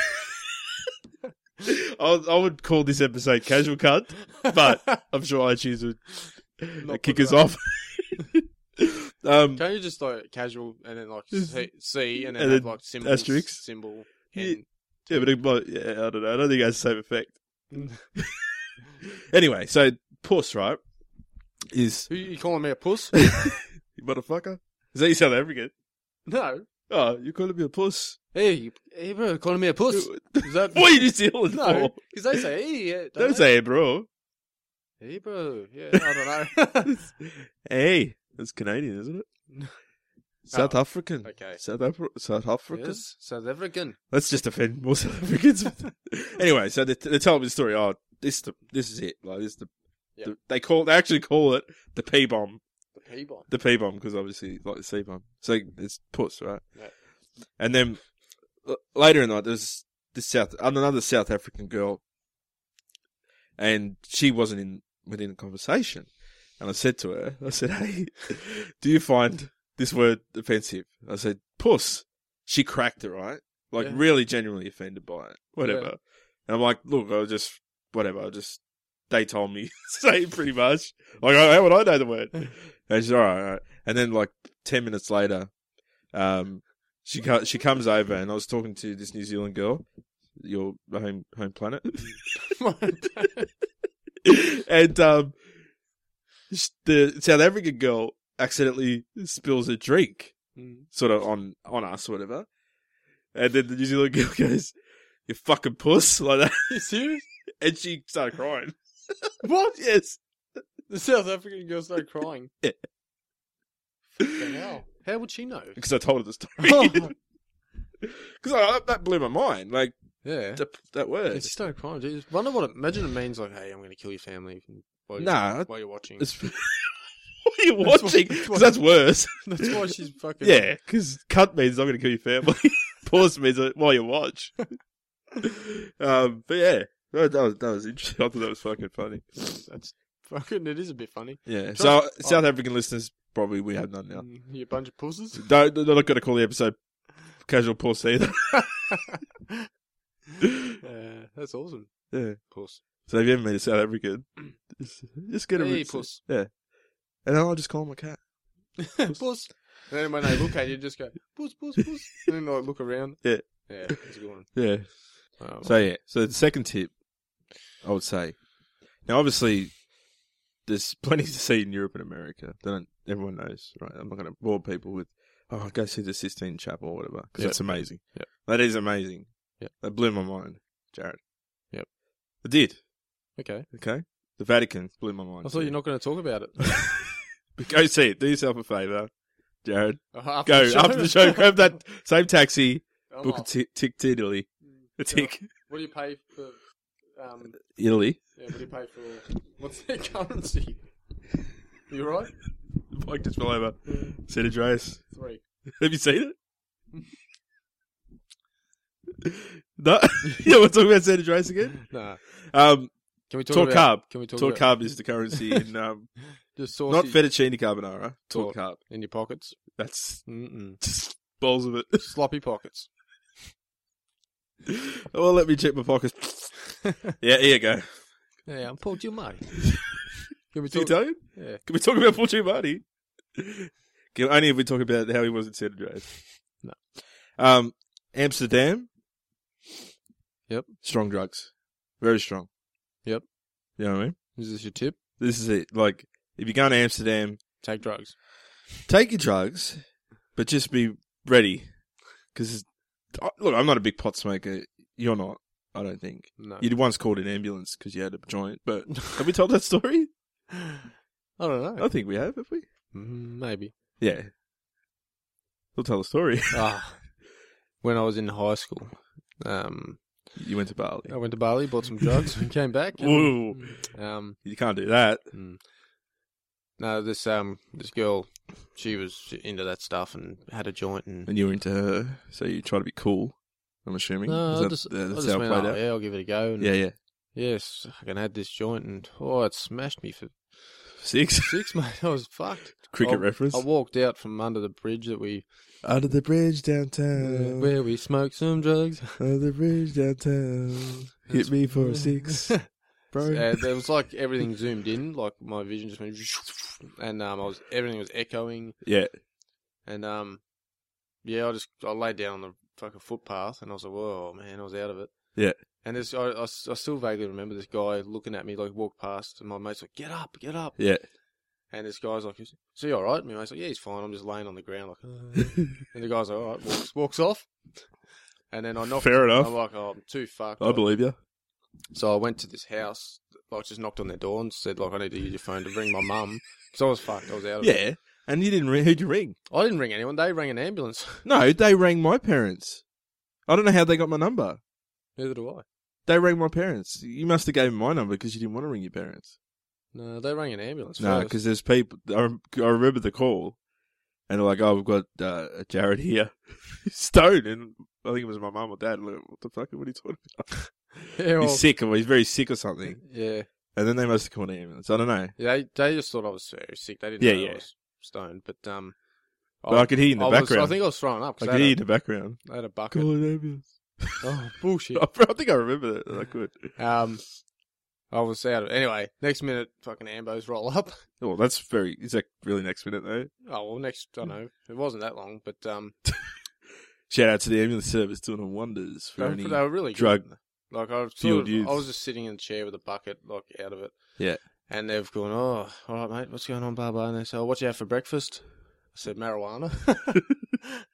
cunt.
I, I would call this episode casual cunt, but I'm sure iTunes would uh,
put
kick
it
us
up.
off. um,
Can you just like casual and then like
Just-
C, C and then
and
have,
then
like symbol
asterisk?
symbol
Yeah.
and
yeah, but it might, yeah, I don't know. I don't think it has the same effect. Anyway, so puss, right, is
who you calling me a puss?
You motherfucker. Is that you South African?
no.
Oh, you calling me a puss?
Hey, you, hey, bro, calling me a puss? Is that
What are you New Zealand
No,
for?
because they say hey, yeah, don't,
Don't
they?
say it, bro.
hey, bro. Yeah, I don't know.
Hey, that's Canadian, isn't it? South
Oh,
African.
okay.
South, Afri- South African.
yes, South African.
Let's just offend more South Africans. anyway, so they, they tell me the story. Oh, this the, this is it. Like this the,
Yeah.
the they call they actually call it the P bomb.
The P-bomb.
the P bomb because obviously like the C bomb. So it's puss, right?
Yeah.
And then l- later in the night, there's this South another South African girl, and she wasn't in within the conversation. And I said to her, I said, "Hey, do you find this word offensive?" I said, "Puss." She cracked it right, like
Yeah.
really genuinely offended by it. Whatever. And I'm like, "Look, I was just whatever. I just they told me say pretty much. Like, "Oh, how would I know the word?" And she's all right, all right. And then like ten minutes later, um, she co- she comes over, and I was talking to this New Zealand girl, your home home planet, and um, sh- the South African girl accidentally spills a drink,
Mm.
sort of on on us, or whatever. And then the New Zealand girl goes, "You fucking puss!" like that,
you serious?
and she started crying. what? Yes.
The South African girl started crying.
Yeah.
Fucking hell. Oh. How would she know?
Because I told her the story. Because that blew my mind. Like
yeah.
that, that
She
word.
started crying. Jeez. Wonder what it, imagine it means like, hey, I'm going to kill your family while you're,
Nah,
while you're watching.
It's, what are you
That's what-
watching?
that's
'Cause
what-
that's worse.
That's why she's fucking.
Yeah, because cut means I'm going to kill your family. Pause means uh, while you watch. um, but yeah, that, that was that was interesting. I thought that was fucking funny.
That's fucking. It is a bit funny.
Yeah.
Sure.
So South African listeners probably we have none now.
Mm, You bunch of pussies.
Don't they're not going to call the episode casual pause either.
Uh, that's awesome.
Yeah.
Puss.
So if you ever meet a South African, just, just get a
Hey,
rinse.
puss.
and I'll just call him a cat.
puss. And then when they look at you, just go puss, puss, puss. And then like look around.
Yeah.
Yeah. That's a good one.
Yeah.
Um,
So yeah, so the second tip, I would say, now obviously, there's plenty to see in Europe and America. They don't everyone knows, right? I'm not going to bore people with, oh, go see the Sistine Chapel or whatever, because
Yeah.
that's amazing.
Yeah.
that is amazing.
Yeah.
that blew my mind, Jared.
Yep.
it did.
okay.
Okay, the Vatican blew my mind.
I thought
too.
you're not going to talk about it.
But go see it. Do yourself a favor, Jared.
After Oh,
Go after the show. Grab that same taxi.
I'm
book a
off.
tick tick to Italy. A tick
What do you pay for? Um,
Italy.
yeah, what do you pay for? What's their currency? You right?
The bike just fell over. San Andreas.
Three.
Have you seen it? no, yeah, we're talking about San Andreas again.
Nah.
Um,
Can we talk
Talk
about?
carb.
Can we talk
Torcarb
about
is the currency in um,
just
not
sausage
fettuccine carbonara. Torcarb.
in your pockets?
That's
Mm-mm.
just balls of it.
Sloppy pockets.
well, let me check my pockets. yeah, here you go.
Yeah, I'm Paul Giamatti. Can we
Is he
talk?
Italian?
yeah.
Can we talk about Paul Giamatti? Can, only if we talk about how he was in San Andreas.
No.
Um, Amsterdam.
Yep.
Strong drugs. Very strong.
Yep.
You know what I mean?
Is this your tip?
This is it. Like, if you're going to Amsterdam,
Take drugs.
take your drugs, but just be ready. Because, look, I'm not a big pot smoker. You're not, I don't think.
No.
You'd once called an ambulance because you had a joint, but have we told that story?
I don't know.
I think we have, have we?
Mm, Maybe.
Yeah. We'll tell the story.
Ah, when I was in high school, um,
You went to Bali.
I went to Bali, bought some drugs, and came back. and,
Whoa.
um,
You can't do that.
Mm. No, this um this girl, she was into that stuff and had a joint and
And you were into her, so you try to be cool. I'm assuming.
No,
Is
I
that-
just,
uh,
I
that's
just
how it
went,
played
oh,
out?
yeah, I'll give it a go. And
Yeah, yeah.
Yes, I can add this joint, and oh, it smashed me for
Six.
six, mate. I was fucked.
Cricket
I-
reference.
I walked out from under the bridge that we
Under the bridge downtown.
where we smoked some drugs.
Under the bridge downtown. Hit me for a six, bro.
Uh, there was like everything zoomed in, like my vision just went, and um, I was everything was echoing,
yeah.
and um, yeah, I just I laid down on the fucking footpath, and I was like, whoa, man, I was out of it.
Yeah.
And this, I, I s- I still vaguely remember this guy looking at me like walked past, and my mate's like, get up, get up,
Yeah.
and this guy's like, is is he all right? And my mate's like, yeah, he's fine. I'm just laying on the ground like, "Uh." and the guy's like, all right, walks, walks off, and then I knocked.
Fair
I'm
enough.
like, oh, I'm too fucked.
I believe you.
So I went to this house, like just knocked on their door and said, like, I need to use your phone to ring my mum because I was fucked. I was out of it.
Yeah. And you didn't ring. Who'd you ring?
I didn't ring anyone. They rang an ambulance.
No, they rang my parents. I don't know how they got my number.
Neither do I.
They rang my parents. You must have gave them my number because you didn't want to ring your parents.
No, they rang an ambulance.
No,
first.
because there's people. I, rem- I remember the call, and they're like, "Oh, we've got uh, Jared here, stone." And I think it was my mum or dad. Like, what the fuck? What are you talking about?
yeah, well,
he's sick, or he's very sick, or something.
yeah,
And then they must have called an ambulance. I don't know,
Yeah, they they just thought I was very sick. They didn't
Yeah,
know
yeah.
I was stoned, but um,
but I, could hear you in the
I was-
background.
I think I was throwing up
I
because
could hear you in
I,
the background.
had a bucket.
Call an ambulance.
Oh bullshit!
I think I remember that. I could.
um, I was out of anyway. Next minute, fucking ambos roll up.
Oh, that's very. Is that really next minute though?
Oh well, next I don't know it wasn't that long, but um,
Shout out to the ambulance service doing wonders for
They were-
any.
they were really
drug
good. Like I was sort
fueled
of,
youth.
I was just sitting in the chair with a bucket, like out of it.
Yeah.
And they've gone, oh, all right, mate, what's going on, blah blah. And they said, oh, what you have for breakfast? I said marijuana.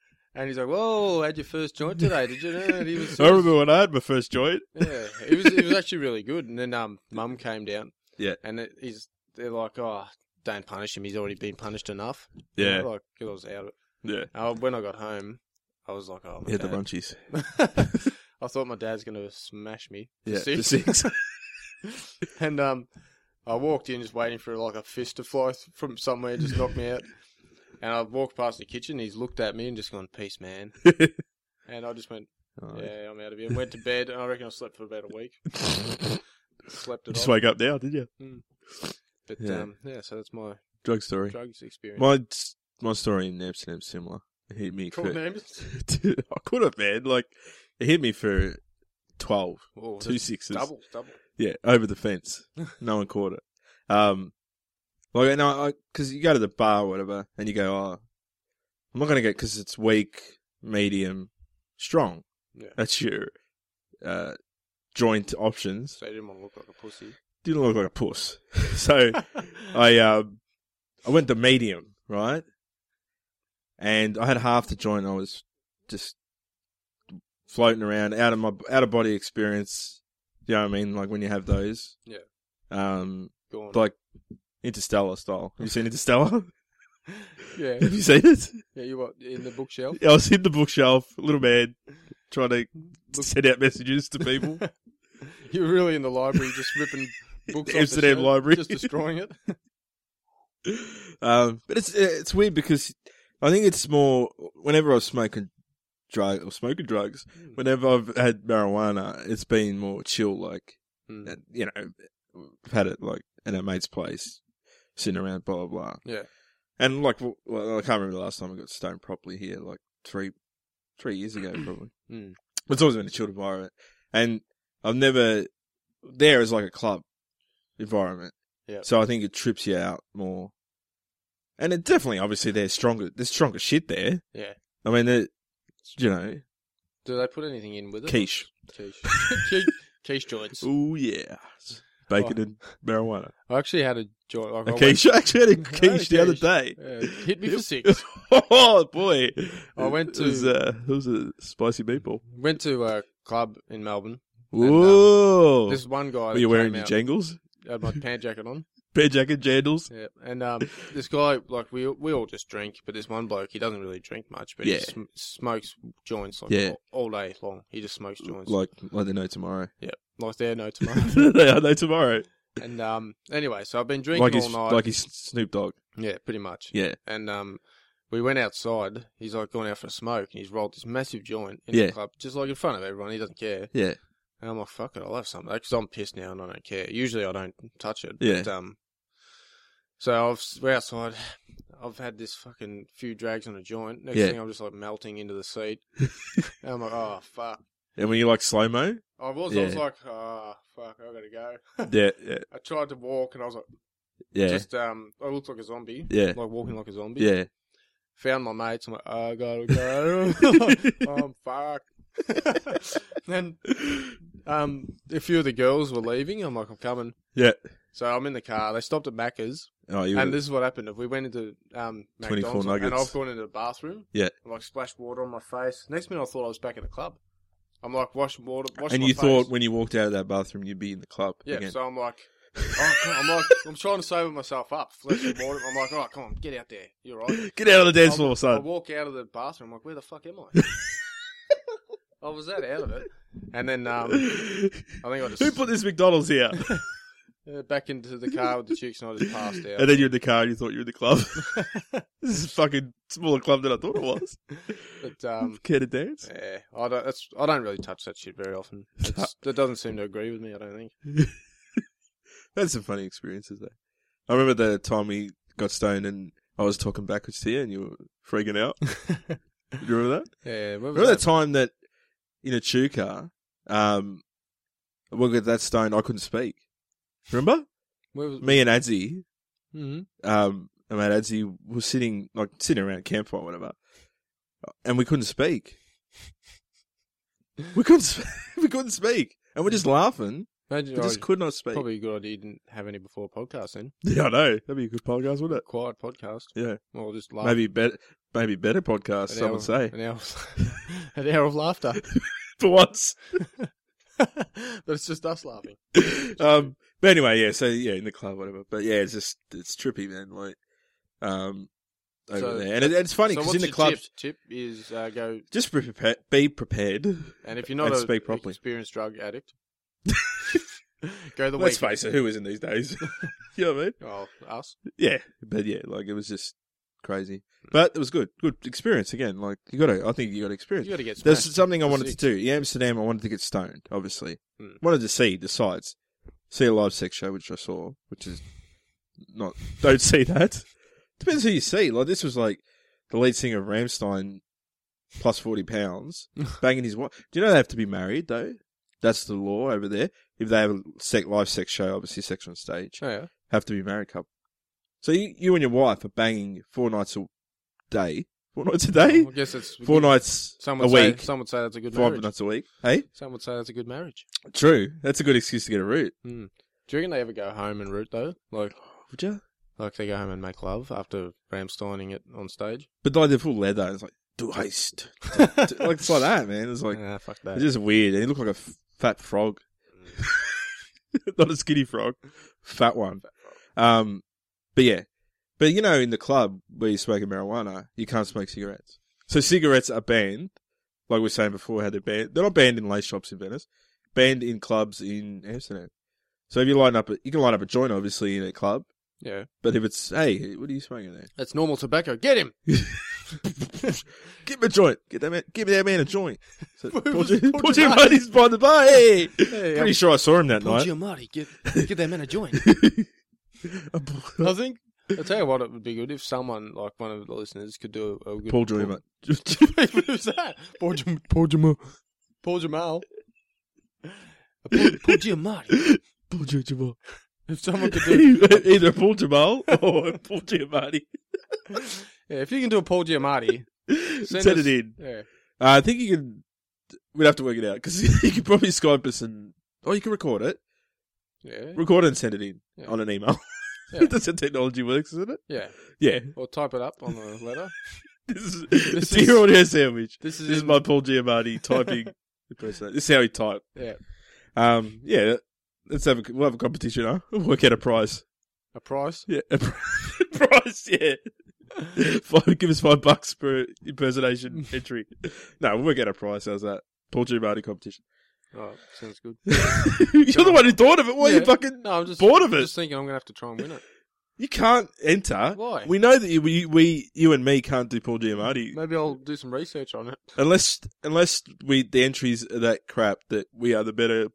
and he's like, whoa, had your first joint today? Did you? know? And he was,
I remember when I had my first joint.
Yeah, it was it was actually really good. And then um, mum came down.
Yeah.
And it, he's they're like, oh, don't punish him. He's already been punished enough.
Yeah,
Like 'cause I was out of it.
yeah.
Uh, when I got home, I was like, oh, my
He had the
dad-
munchies.
I thought my dad's gonna smash me. for
Yeah,
six.
for six.
and um, I walked in just waiting for like a fist to fly th- from somewhere, just knock me out. And I walked past the kitchen. He's looked at me and just gone, "Peace, man." and I just went,
Oh,
"Yeah, I'm out of here." And went to bed, and I reckon I slept for about a week. Slept
You
it
just
off.
wake up now, did you?
But
Yeah.
um, yeah, so that's my
Drug story.
drugs experience.
My my story in Amsterdam's similar. It hit me.
Cool
for-
names.
Dude, I could have, man. Like it hit me for twelve,
Oh,
two
that's
sixes.
double, double.
Yeah, over the fence. No one caught it. Um, like no, because you go to the bar or whatever, and you go, oh, I'm not gonna get because it's weak, medium, strong.
Yeah.
That's your uh, joint options.
So you didn't want to look like a pussy.
Didn't look like a puss, so I um, I went the medium right, and I had half the joint. I was just floating around, out of my out of body experience. You know what I mean? Like when you have those,
Yeah.
Um,
Go on.
like Interstellar style. Have you seen Interstellar?
yeah,
Have you seen it?
yeah. You were in the bookshelf.
I was in the bookshelf, little man, trying to
Look-
send out messages to people.
You're really in the library just ripping books off the
Amsterdam
shelf,
library.
just destroying it.
um, but it's it's weird because I think it's more whenever I was smoking drug or smoking drugs,
Hmm.
whenever I've had marijuana, it's been more chill. Like
Mm.
uh, you know, I've had it like at our mate's place, sitting around, blah blah blah.
Yeah.
And like, w- well, I can't remember the last time I got stoned properly here, like three, three years ago probably.
Mm.
But It's always been a chilled environment, and I've never there is like a club environment.
Yeah.
So I think it trips you out more, and it definitely, obviously, there's stronger, there's stronger shit there.
Yeah.
I mean, it, you know,
Do they put anything in with it?
quiche.
Quiche. quiche, quiche joints.
Oh yeah, bacon and marijuana.
I actually had a joint. Like I
A
went-
quiche. I actually had a quiche the other
quiche.
day.
Yeah, hit me for
Yep.
six.
oh boy!
I went
It was,
to-
uh, it was a spicy meatball.
Went to a club in Melbourne. um,
Whoa!
This one guy.
Were you
that
wearing
came
your
out-
jangles?
Had my pant jacket on.
Bear jacket jandals?
Yeah, and um, this guy, like we we all just drink, but this one bloke, he doesn't really drink much, but
Yeah.
he sm- smokes joints like
Yeah.
all, all day long. He just smokes joints like,
Like, like they know tomorrow.
like there no tomorrow.
they are know tomorrow.
and um, anyway, so I've been drinking
Like
all
he's
night.
like he's Snoop Dogg.
Yeah, pretty much.
Yeah.
And um, We went outside. He's like gone out for a smoke, and he's rolled this massive joint in
Yeah.
the club, just like in front of everyone. He doesn't care.
Yeah.
And I'm like, fuck it, I'll have some of because I'm pissed now and I don't care. Usually I don't touch it.
Yeah.
But, um, so I've, we're outside. I've had this fucking few drags on a joint. Next
Yeah.
thing I'm just like melting into the seat. and I'm like, oh, fuck.
And when you like slow mo,
I was, I was
Yeah.
like, oh, fuck, I gotta go.
yeah, yeah,
I tried to walk and I was like,
yeah,
just, um, I looked like a zombie.
yeah,
Like walking like a zombie.
yeah.
Found my mates. I'm like, "Oh, I gotta go. I'm fucked. then, um, a few of the girls were leaving. I'm like, I'm coming.
Yeah.
So I'm in the car. They stopped at Macca's,
Oh, you
and
were,
this is what happened. If we went into um,
24
McDonald's, and
nuggets.
I've gone into the bathroom,
Yeah.
i like splashed water on my face. Next minute, I thought I was back in the club. I'm like washing water, washing
and
my
you thought
face.
when you walked out of that bathroom, you'd be in the club
yeah.
again.
So I'm like, oh, come- I'm like, I'm trying to sober myself up. Flashing water. I'm like, all right, come on, get out there. You're right.
Get out of the dance floor,
I
son.
walk out of the bathroom. I'm like, where the fuck am I? I was that out of it, and then um, I think I just
Who put this McDonald's here?
uh, back into the car with the chicks, and I just passed out.
And then you're in the car and you thought you were in the club. this is a fucking smaller club than I thought it was.
But um,
Care to dance?
Yeah, I don't. That's, I don't really touch that shit very often. It's, that doesn't seem to agree with me. I don't think.
That's some funny experiences though. I remember the time we got stoned and I was talking backwards to you and you were freaking out. Do you remember that?
Yeah, where was
Remember
that?
that time that in a chew car, um, look at that stone, I couldn't speak. Remember?
Where was,
Me and Adzi,
Mhm.
um, and mate Adzi was sitting, like, sitting around a campfire or whatever, and we couldn't speak. We couldn't, sp- we couldn't speak. And we're just laughing.
Imagine
We
I
just could not speak.
probably a good idea you didn't have any before podcast then.
Yeah, I know. That'd be a good podcast, wouldn't it?
Quiet podcast.
Yeah.
Well, just laugh.
Maybe better, maybe better podcast,
An
some
hour-
would say.
an hour, of- an hour of laughter,
For once.
but it's just us laughing.
um, but anyway, yeah. So yeah, in the club, whatever. But yeah, it's just it's trippy, man. Like, um, over
So-
there, and it, it's funny because
what's
in the
your
club,
tip? Tip is uh, go,
just be prepared. Be prepared.
and if you're not
And
a
speak properly.
experienced drug addict, go the
Let's
week.
face it, who isn't these days? you know what I mean?
Oh, us.
Yeah, but yeah, like it was just crazy,
Hmm.
but it was good. Good experience again. Like you got to, I think you got to experience.
You got to get smashed.
There's something I wanted
Sick.
to do. In Amsterdam, I wanted to get stoned, obviously.
Hmm.
Wanted to see the sights. See a live sex show, which I saw, which is not. Don't see that. Depends who you see. Like, this was like the lead singer of Ramstein, plus 40 pounds, banging his wife. Do you know they have to be married, though? That's the law over there. If they have a sec- live sex show, obviously, sex on stage,
Oh, yeah.
have to be married couple. So you, you and your wife are banging four nights a day. Four nights a day?
Well, I guess it's
Four nights
Some
a
would say,
week.
Some would say that's a good
Five
marriage.
nights a week. Hey,
Some would say that's a good marriage.
true. That's a good excuse to get a root.
Do you reckon they ever go home and root though? Like,
Would you?
like they go home and make love after Ramsteining it on stage?
But like they're full leather. It's like do haste. like it's like that, man. It's like
nah, fuck that.
it's just weird. And he looked like a f- fat frog, not a skinny frog, fat one. Um, but yeah, but you know, in the club where you're smoking marijuana, you can't smoke cigarettes. So cigarettes are banned. Like we were saying before, how they're banned. They're not banned in lace shops in Venice. Banned in clubs in Amsterdam. So if you line up, a, you can line up a joint, obviously, in a club.
yeah,
But if it's, hey, what are you smoking there?
that's normal tobacco. Get him.
Give me a joint. Get that man. Give that man a joint. So,
was-
Porgy-
Porgy
Porgy
Marty.
Marty's by the bar. Hey,
Hey,
pretty sure I saw him that night.
Giamatti, get get that man a joint. I think I tell you what, it would be good if someone like one of the listeners could do a, a good
Paul Dreamer.
Who's that? Paul Jam- Paul Jamal. Paul Jamal. Paul, Paul Giamatti.
Paul Jamal.
If someone could do
Either Paul Jamal or Paul Giamatti.
Yeah, if you can do a Paul Giamatti,
Send,
us-
it in.
yeah,
Uh, I think you can. We'd have to work it out because you could probably Skype us and. Or you can record it.
yeah,
Record it and send it in
Yeah.
on an email.
Yeah.
That's how technology works, isn't it?
yeah,
Yeah.
or type it up on the letter.
This is,
This
dear
is-
audio sandwich.
This is,
This is
in-
my Paul Giamatti typing. impersonation. this is how he typed.
yeah
Um, yeah, let's have a we'll have a competition. Huh? We'll work out a prize.
a price.
Yeah, a pri- prize. Yeah, five, give us five bucks per impersonation entry. No, we'll work out a prize. How's that? Paul Giamatti competition.
Oh, sounds good.
You're the one who thought of it. Why are you
Yeah.
fucking?
No, I'm just
Bored of it.
Just thinking, I'm gonna have to try and win it.
You can't enter.
Why?
We know that you, we, we, you and me can't do Paul Giamatti
Maybe I'll do some research on it.
unless unless we the entries are that crap that we are the better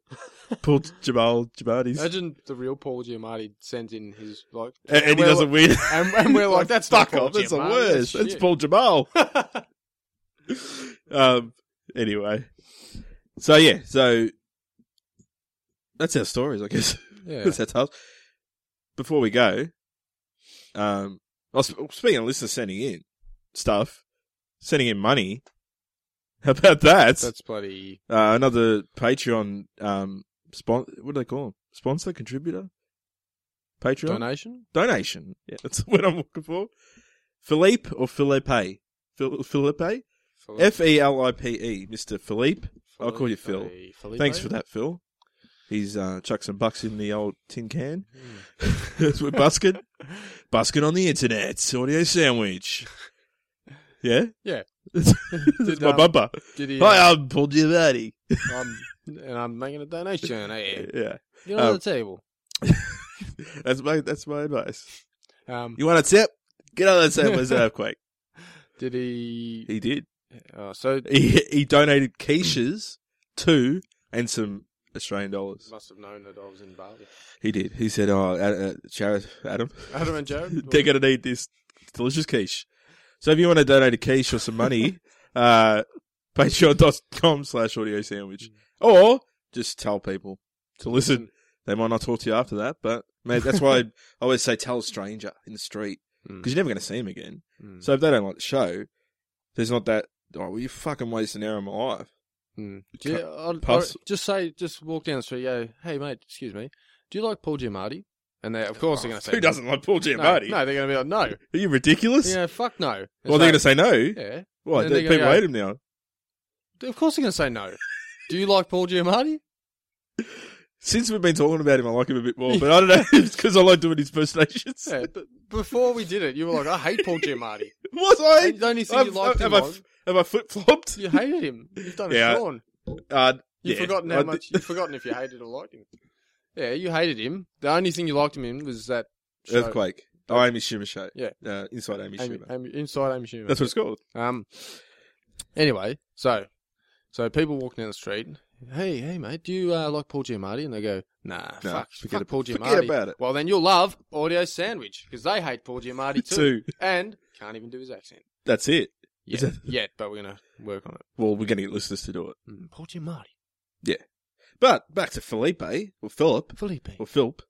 Paul Jamal Giamatti's. And,
Imagine the real Paul Giamatti sends in his like,
and he
we're
doesn't
like-
win.
and, and we're like, that's not
fuck
Paul
off. That's the
Giamatti,
worst. That's
shit.
Paul Jamal. um. Anyway, so yeah, so that's our stories, I guess.
Yeah.
That's our task. Before we go, um, well, sp- speaking of listeners sending in stuff, sending in money. How about that?
That's bloody.
uh, another Patreon um spon- what do they call 'em? Sponsor, contributor? Patreon?
Donation?
Donation. Yeah, that's what I'm looking for. Philippe or Philippe? Phil- Philippe? F E L I P E, Mr. Philippe. I'll call you Phil.
Felipe?
Thanks for that, Phil. He's uh, chucked some bucks in the old tin can. that's what busking. busking on the internet. Audio sandwich. Yeah?
Yeah.
that's that's my
um,
bumper.
Did he,
Hi, I'm Paul Giamatti.
um, and I'm making a donation. Hey,
Yeah.
get on
Um,
the table.
that's my that's my advice.
Um,
You want a tip? Get on the table as an earthquake.
did he?
He did.
Uh, so
He he donated quiches, two, and some Australian dollars.
must have known that I was in Bali.
He did. He said, "Oh, Ad- uh, Jared, Adam,
Adam and Jared.
they're gonna need this delicious quiche." So if you want to donate a quiche or some money, uh, patreon.com slash audio
Mm.
sandwich, or just tell people to listen. They might not talk to you after that, but mate, that's why I always say tell a stranger in the street
Mm.
because you're never going to see him again.
Mm.
So if they don't like the show, there's not that. Oh, well, you fucking waste an hour of my life.
Mm. Do you, I'll,
Puffs.
I'll- just say, just walk down the street. Go, hey mate, excuse me. Do you like Paul Giamatti? And they, of course, they're going to say,
Who doesn't like Paul
No,
Giamatti?
no, they're going to be like, no.
Are you ridiculous?
You know, fuck no. And
Well, they're going to say no.
yeah.
Why?
And then
people
they go,
hate him now.
Of course, they're going to say no. Do you like Paul Giamatti?
Since we've been talking about him, I like him a bit more. But I don't know. it's because I like doing his impersonations.
Yeah, but before we did it, you were like, I hate Paul Giamatti.
Was
I,
I?
the only thing
I've-
you liked
have
him
I
was,
f- Have I flip flopped?
you hated him. You've done
Yeah.
a Sean.
Uh,
You've
yeah.
forgotten
I
how
did-
much. You've forgotten if you hated or liked him. Yeah, you hated him. The only thing you liked him in was that show.
Earthquake. Oh, Amy Schumer show.
uh, Yeah.
Uh, inside Amy,
Amy,
Schumer.
Amy, inside Amy Schumer.
That's what it's called.
Um. Anyway, so so people walk down the street. Hey, hey, mate, do you uh, like Paul Giamatti? And they go, Nah,
Nah,
fuck,
forget
forget
ab-
Paul
forget
Giamatti.
about it.
Well, then you'll love Audio Sandwich because they hate Paul Giamatti
Two.
too, and can't even do his accent
That's it. Is
yet.
it-
Yet, but we're gonna work on it.
Well, we're going to get listeners to do it.
Mm, Paul Giamatti,
But back to Felipe or Philip
Felipe.
or Philp.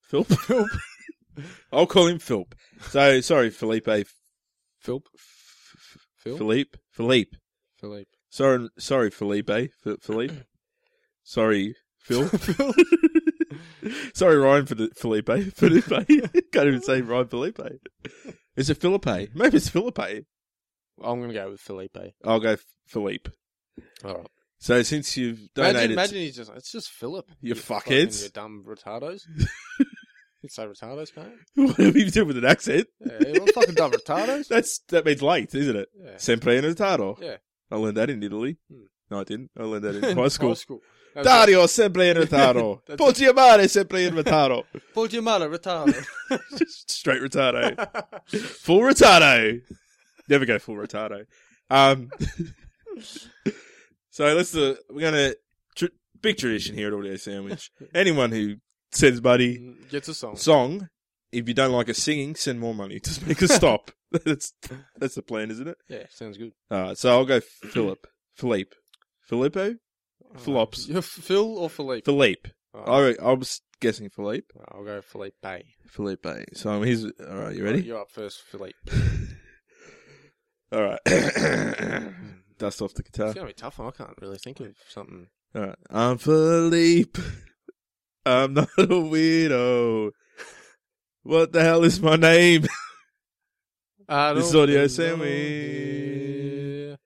Philp. Philp. I'll call him Philp. So sorry, Felipe. F-
Philip, Phil,
Philippe. Philippe.
Philippe.
Sorry, sorry, Felipe. F- Philippe. Sorry, Phil. sorry, Ryan for the Felipe. Felipe. eh? Can't even say Ryan Felipe. Is it Philippe? Maybe it's Philippe.
I'm gonna go with Felipe.
I'll go F- Philippe.
All right.
So since you've
Imagine,
donated,
imagine he's just it's just Philip.
You
fucking-
fuckheads.
You dumb retardos. it's so retardos, can't you?
what have you done with an accent?
Yeah, well, fucking dumb retardos.
That's that means late, isn't it?
Yeah.
Sempre in Italo.
Yeah.
I learned that in Italy.
Hmm.
No, I didn't. I learned that in high school.
That's right.
Dario sempre in retardo.
That's
Paul Giamatti sempre in retardo.
Paul Giamatti, retardo.
Straight retardo. eh? full retardo. Never go full retardo. Um, so let's do, we're gonna tr- big tradition here at Audio Sandwich. Anyone who sends buddy
Mm, Gets a song.
song, if you don't like us singing, send more money. Just make us stop. that's that's the plan, isn't it?
Yeah, sounds good.
Uh, so I'll go Philip, Philippe, Filippo, Flops.
You're F- Phil or Philippe?
Philippe.
All
I,
right.
re- I was guessing Philippe.
I'll go Philippe.
Philippe. So um, he's all right. You ready?
You're up first, Philippe.
All right. Dust off the guitar.
It's gonna be tough. One. I can't really think of something.
All right. Uh, I'm Philippe. I'm not a weirdo. What the hell is my name?
I
This
don't
audio
belong
sandwich.
here.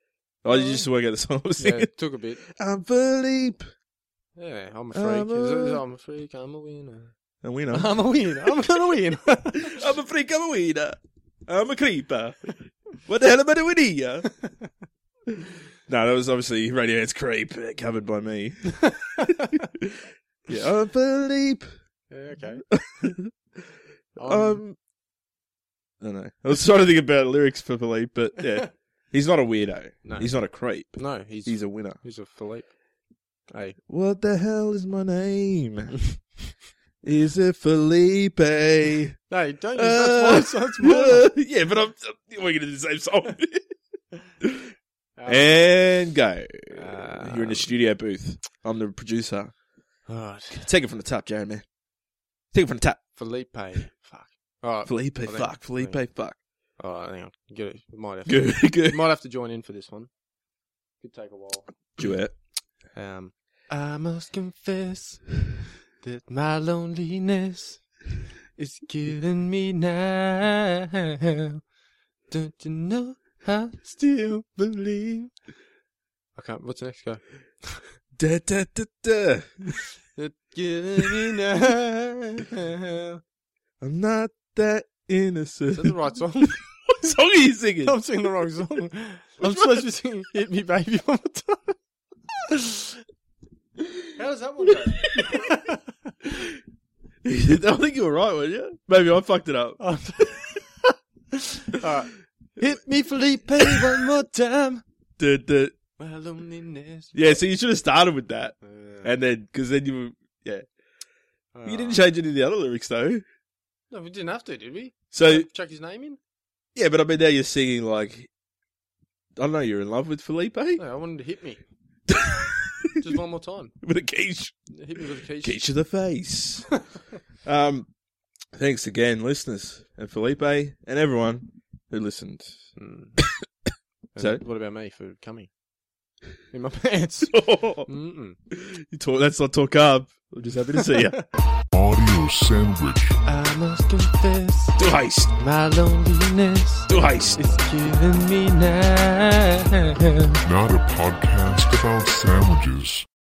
Oh, you just work out the song I was
Yeah,
singing.
it took a bit.
I'm Philippe.
Yeah, I'm a freak.
I'm
I'm
a-
a, I'm a freak. I'm a winner.
A winner.
I'm a winner. I'm gonna win.
I'm a freak. I'm a winner. I'm a creeper. What the hell am I doing here? no, that was obviously Radiohead's "Creep" uh, covered by me. yeah, I'm Philippe.
yeah, okay.
Um, I don't know. I was trying to think about lyrics for Philippe, but yeah, he's not a weirdo.
No.
He's not a creep.
No, he's
He's a winner.
he's a Philippe. Hey,
What the hell is my name? is it Felipe?
no, don't. Use,
Uh,
that's my, that's my.
yeah, but I'm, I'm we're gonna do the same song.
Um,
and go.
Um,
You're in the studio booth. I'm the producer.
all right,
Take it from the top, Jeremy. Take it from the top.
Felipe. Fuck. All right.
Felipe,
think-
fuck. Felipe, fuck.
All right. Hang on. Get it. Might have.
Good,
You
good.
might have to join in for this one. Could take a while.
Duet.
Um, I must confess that my loneliness is killing me now. Don't you know I still believe? I can't. What's the next guy?
Da, da, da, da.
It's killing me now.
I'm not that
Is
innocent.
that the right song?
what song are you singing?
I'm singing the wrong song. I'm supposed to be singing "Hit Me, Baby" all the time. How does that one go?
I don't think you were right, were you? Maybe I fucked it up.
All right. Hit me, Felipe, one more time.
Da, da.
My loneliness.
Yeah, so you should have started with that. And then, because then you were. You didn't
Ah.
change any of the other lyrics, though.
Uh, No, we didn't have to, did we?
So,
Chuck his name in?
yeah, but I mean, now you're singing, like. I don't know, you're in love with Felipe?
No, I wanted to hit me. Just one more time.
With a quiche.
Hit me with a key.
Quiche to the face. um, thanks again, listeners, and Felipe, and everyone who listened. So?
so, Hmm. what about me for coming? In my pants. Mm-mm.
you talk, that's not talk up. I'm just happy to see you.
Audio sandwich.
I must confess,
Do haste.
my loneliness
Do haste.
is killing me now.
Not a podcast about sandwiches.